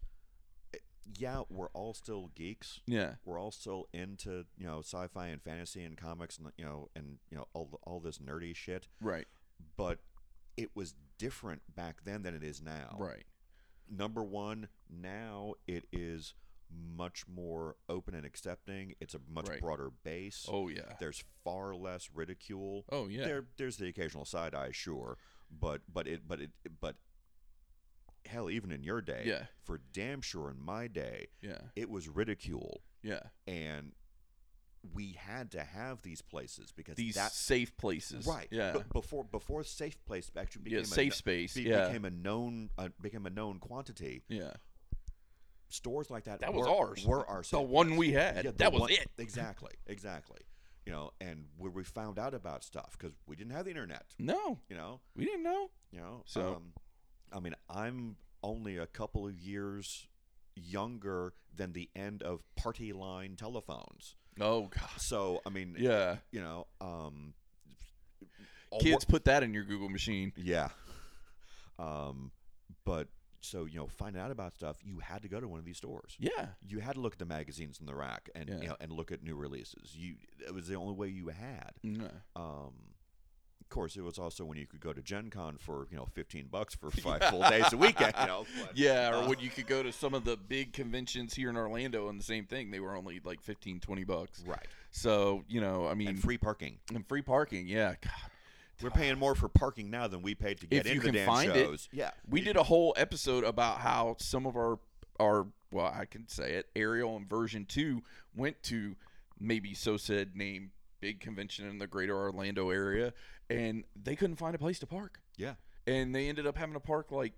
[SPEAKER 2] it- yeah we're all still geeks
[SPEAKER 1] yeah
[SPEAKER 2] we're all still into you know sci-fi and fantasy and comics and you know and you know all, all this nerdy shit
[SPEAKER 1] right
[SPEAKER 2] but it was different back then than it is now
[SPEAKER 1] right
[SPEAKER 2] number one now it is much more open and accepting it's a much
[SPEAKER 1] Right.
[SPEAKER 2] broader base
[SPEAKER 1] oh yeah
[SPEAKER 2] there's far less ridicule
[SPEAKER 1] oh yeah
[SPEAKER 2] there there's the occasional side eye, sure, but but it but it but hell, even in your day,
[SPEAKER 1] Yeah.
[SPEAKER 2] for damn sure in my day,
[SPEAKER 1] yeah
[SPEAKER 2] it was ridicule,
[SPEAKER 1] yeah
[SPEAKER 2] and we had to have these places because
[SPEAKER 1] these
[SPEAKER 2] that
[SPEAKER 1] safe places
[SPEAKER 2] right,
[SPEAKER 1] yeah
[SPEAKER 2] But before before safe place actually
[SPEAKER 1] yeah
[SPEAKER 2] became
[SPEAKER 1] safe
[SPEAKER 2] a,
[SPEAKER 1] space
[SPEAKER 2] be-
[SPEAKER 1] yeah
[SPEAKER 2] became a known uh, became a known quantity.
[SPEAKER 1] yeah
[SPEAKER 2] stores like that
[SPEAKER 1] That was
[SPEAKER 2] were-
[SPEAKER 1] ours.
[SPEAKER 2] Were ours.
[SPEAKER 1] The one we had.
[SPEAKER 2] Yeah, the
[SPEAKER 1] that was
[SPEAKER 2] one-
[SPEAKER 1] it.
[SPEAKER 2] Exactly. Exactly. You know, and where we found out about stuff because we didn't have the internet.
[SPEAKER 1] No,
[SPEAKER 2] You know,
[SPEAKER 1] we didn't know.
[SPEAKER 2] you know.
[SPEAKER 1] So-
[SPEAKER 2] um, I mean, I'm only a couple of years younger than the end of party line telephones.
[SPEAKER 1] Oh gosh.
[SPEAKER 2] So I mean,
[SPEAKER 1] Yeah.
[SPEAKER 2] you know, um, all wor-
[SPEAKER 1] Kids, put that in your Google machine.
[SPEAKER 2] Yeah. Um, but so you know, finding out about stuff, you had to go to one of these stores.
[SPEAKER 1] Yeah.
[SPEAKER 2] You had to look at the magazines in the rack and
[SPEAKER 1] Yeah.
[SPEAKER 2] you know, and look at new releases. You it was the only way you had.
[SPEAKER 1] No.
[SPEAKER 2] Um, of course, it was also when you could go to Gen Con for you know fifteen
[SPEAKER 1] [laughs]
[SPEAKER 2] bucks for five full days a weekend. You know, but-
[SPEAKER 1] Yeah, or
[SPEAKER 2] Uh,
[SPEAKER 1] when you could go to some of the big conventions here in Orlando and the same thing, they were only like 15, 20 bucks.
[SPEAKER 2] right
[SPEAKER 1] So, you know, I mean,
[SPEAKER 2] and free parking.
[SPEAKER 1] and free parking. Yeah. God.
[SPEAKER 2] We're paying more for parking now than we paid to get
[SPEAKER 1] If you
[SPEAKER 2] into
[SPEAKER 1] can
[SPEAKER 2] damn
[SPEAKER 1] find it.
[SPEAKER 2] shows. Yeah,
[SPEAKER 1] We did a whole episode about how some of our our well, I can say it, Ariel and version two went to maybe so said name big convention in the greater Orlando area and they couldn't find a place to park.
[SPEAKER 2] yeah.
[SPEAKER 1] And they ended up having to park like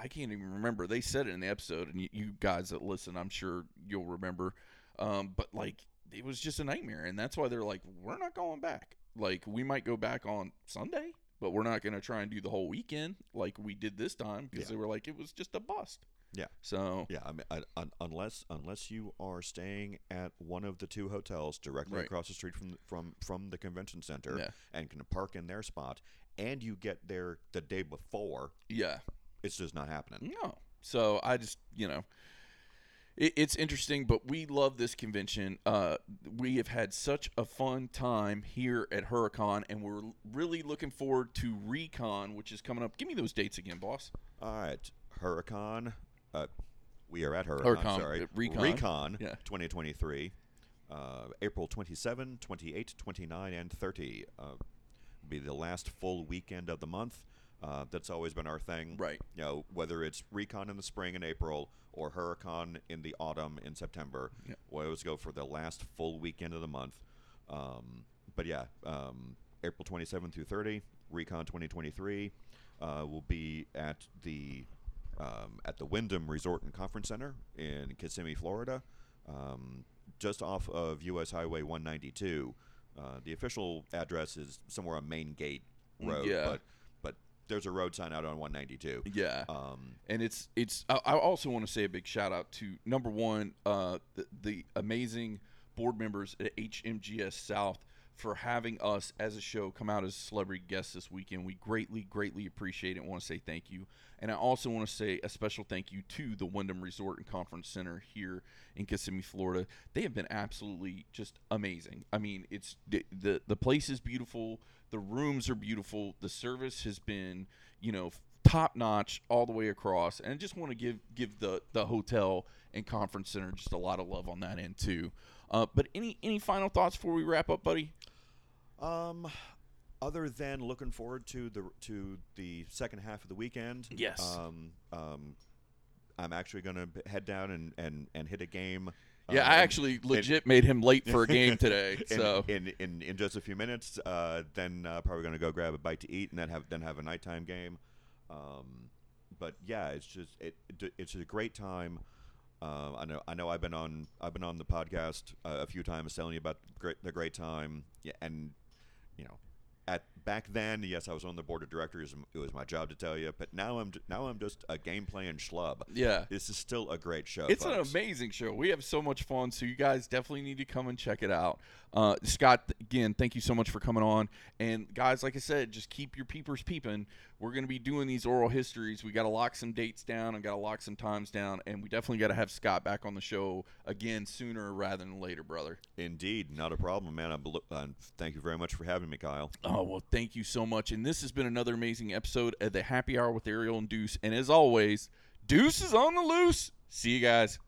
[SPEAKER 1] I can't even remember. They said it in the episode and you, you guys that listen, I'm sure you'll remember. Um, but like it was just a nightmare and that's why they're like, We're not going back. Like we might go back on Sunday, but we're not gonna try and do the whole weekend like we did this time because
[SPEAKER 2] Yeah.
[SPEAKER 1] they were like it was just a bust.
[SPEAKER 2] Yeah.
[SPEAKER 1] So
[SPEAKER 2] Yeah, I mean, un- un- unless unless you are staying at one of the two hotels directly
[SPEAKER 1] Right.
[SPEAKER 2] across the street from the, from from the convention center
[SPEAKER 1] Yeah.
[SPEAKER 2] and can park in their spot, and you get there the day before,
[SPEAKER 1] yeah.
[SPEAKER 2] it's just not happening.
[SPEAKER 1] No. So I just, you know, it, it's interesting, but we love this convention. Uh, we have had such a fun time here at Huracan, and we're really looking forward to Recon, which is coming up. Give me those dates again, boss.
[SPEAKER 2] All right, Huracan, uh, we are at Huracan.
[SPEAKER 1] Huracan, uh,
[SPEAKER 2] sorry,
[SPEAKER 1] Recon.
[SPEAKER 2] Recon,
[SPEAKER 1] Yeah.
[SPEAKER 2] 2023, uh, April 27, 28, 29, and 30. Uh, be the last full weekend of the month. Uh, that's always been our thing.
[SPEAKER 1] Right.
[SPEAKER 2] you know, whether it's recon in the spring in April or hurricane in the autumn in September.
[SPEAKER 1] Yeah.
[SPEAKER 2] We always go for the last full weekend of the month. Um, but yeah, um, April 27 through 30, recon 2023 uh, will be at the um, at the Wyndham Resort and Conference Center in Kissimmee, Florida, um, just off of U.S. Highway 192. Uh, the official address is somewhere on Main Gate Road,
[SPEAKER 1] Yeah.
[SPEAKER 2] but but there's a road sign out on 192.
[SPEAKER 1] Yeah.
[SPEAKER 2] Um,
[SPEAKER 1] and it's it's I, I also want to say a big shout out to number one uh, the, the amazing board members at hmgs south for having us as a show come out as celebrity guests this weekend we greatly greatly appreciate it and want to say thank you and i also want to say a special thank you to the wyndham resort and conference center here in kissimmee florida they have been absolutely just amazing i mean it's the the, the place is beautiful the rooms are beautiful the service has been you know top notch all the way across and I just want to give give the the hotel and conference center just a lot of love on that end too uh, but any any final thoughts before we wrap up buddy
[SPEAKER 2] um, other than looking forward to the to the second half of the weekend.
[SPEAKER 1] Yes.
[SPEAKER 2] Um, um, I'm actually going to head down and, and, and hit a game.
[SPEAKER 1] yeah
[SPEAKER 2] uh,
[SPEAKER 1] i
[SPEAKER 2] in-
[SPEAKER 1] actually legit made him late for a game [laughs]
[SPEAKER 2] [laughs]
[SPEAKER 1] today
[SPEAKER 2] in,
[SPEAKER 1] so
[SPEAKER 2] in, in, in just a few minutes, uh, then uh, probably going to go grab a bite to eat, and then have then have a nighttime game. Um, but yeah, it's just it, it it's a great time. Uh, I know I know I've been on I've been on the podcast uh, a few times telling you about the great, the great time, yeah, and you know, at back then, yes, I was on the board of directors. and It was my job to tell you, but now I'm j- now I'm just a game playing schlub.
[SPEAKER 1] yeah
[SPEAKER 2] This is still a great show.
[SPEAKER 1] it's an
[SPEAKER 2] folks.
[SPEAKER 1] amazing show. We have so much fun, so you guys definitely need to come and check it out. Uh, Scott, again, thank you so much for coming on. And guys, like I said, just keep your peepers peeping. We're going to be doing these oral histories. We got to lock some dates down and got to lock some times down, and we definitely got to have Scott back on the show again sooner rather than later, brother.
[SPEAKER 2] Indeed, not a problem, man. I'm bel- uh, thank you very much for having me, Kyle.
[SPEAKER 1] Oh, well, thank you so much. And this has been another amazing episode of the Happy Hour with Ariel and Deuce. And as always, Deuce is on the loose. See you guys.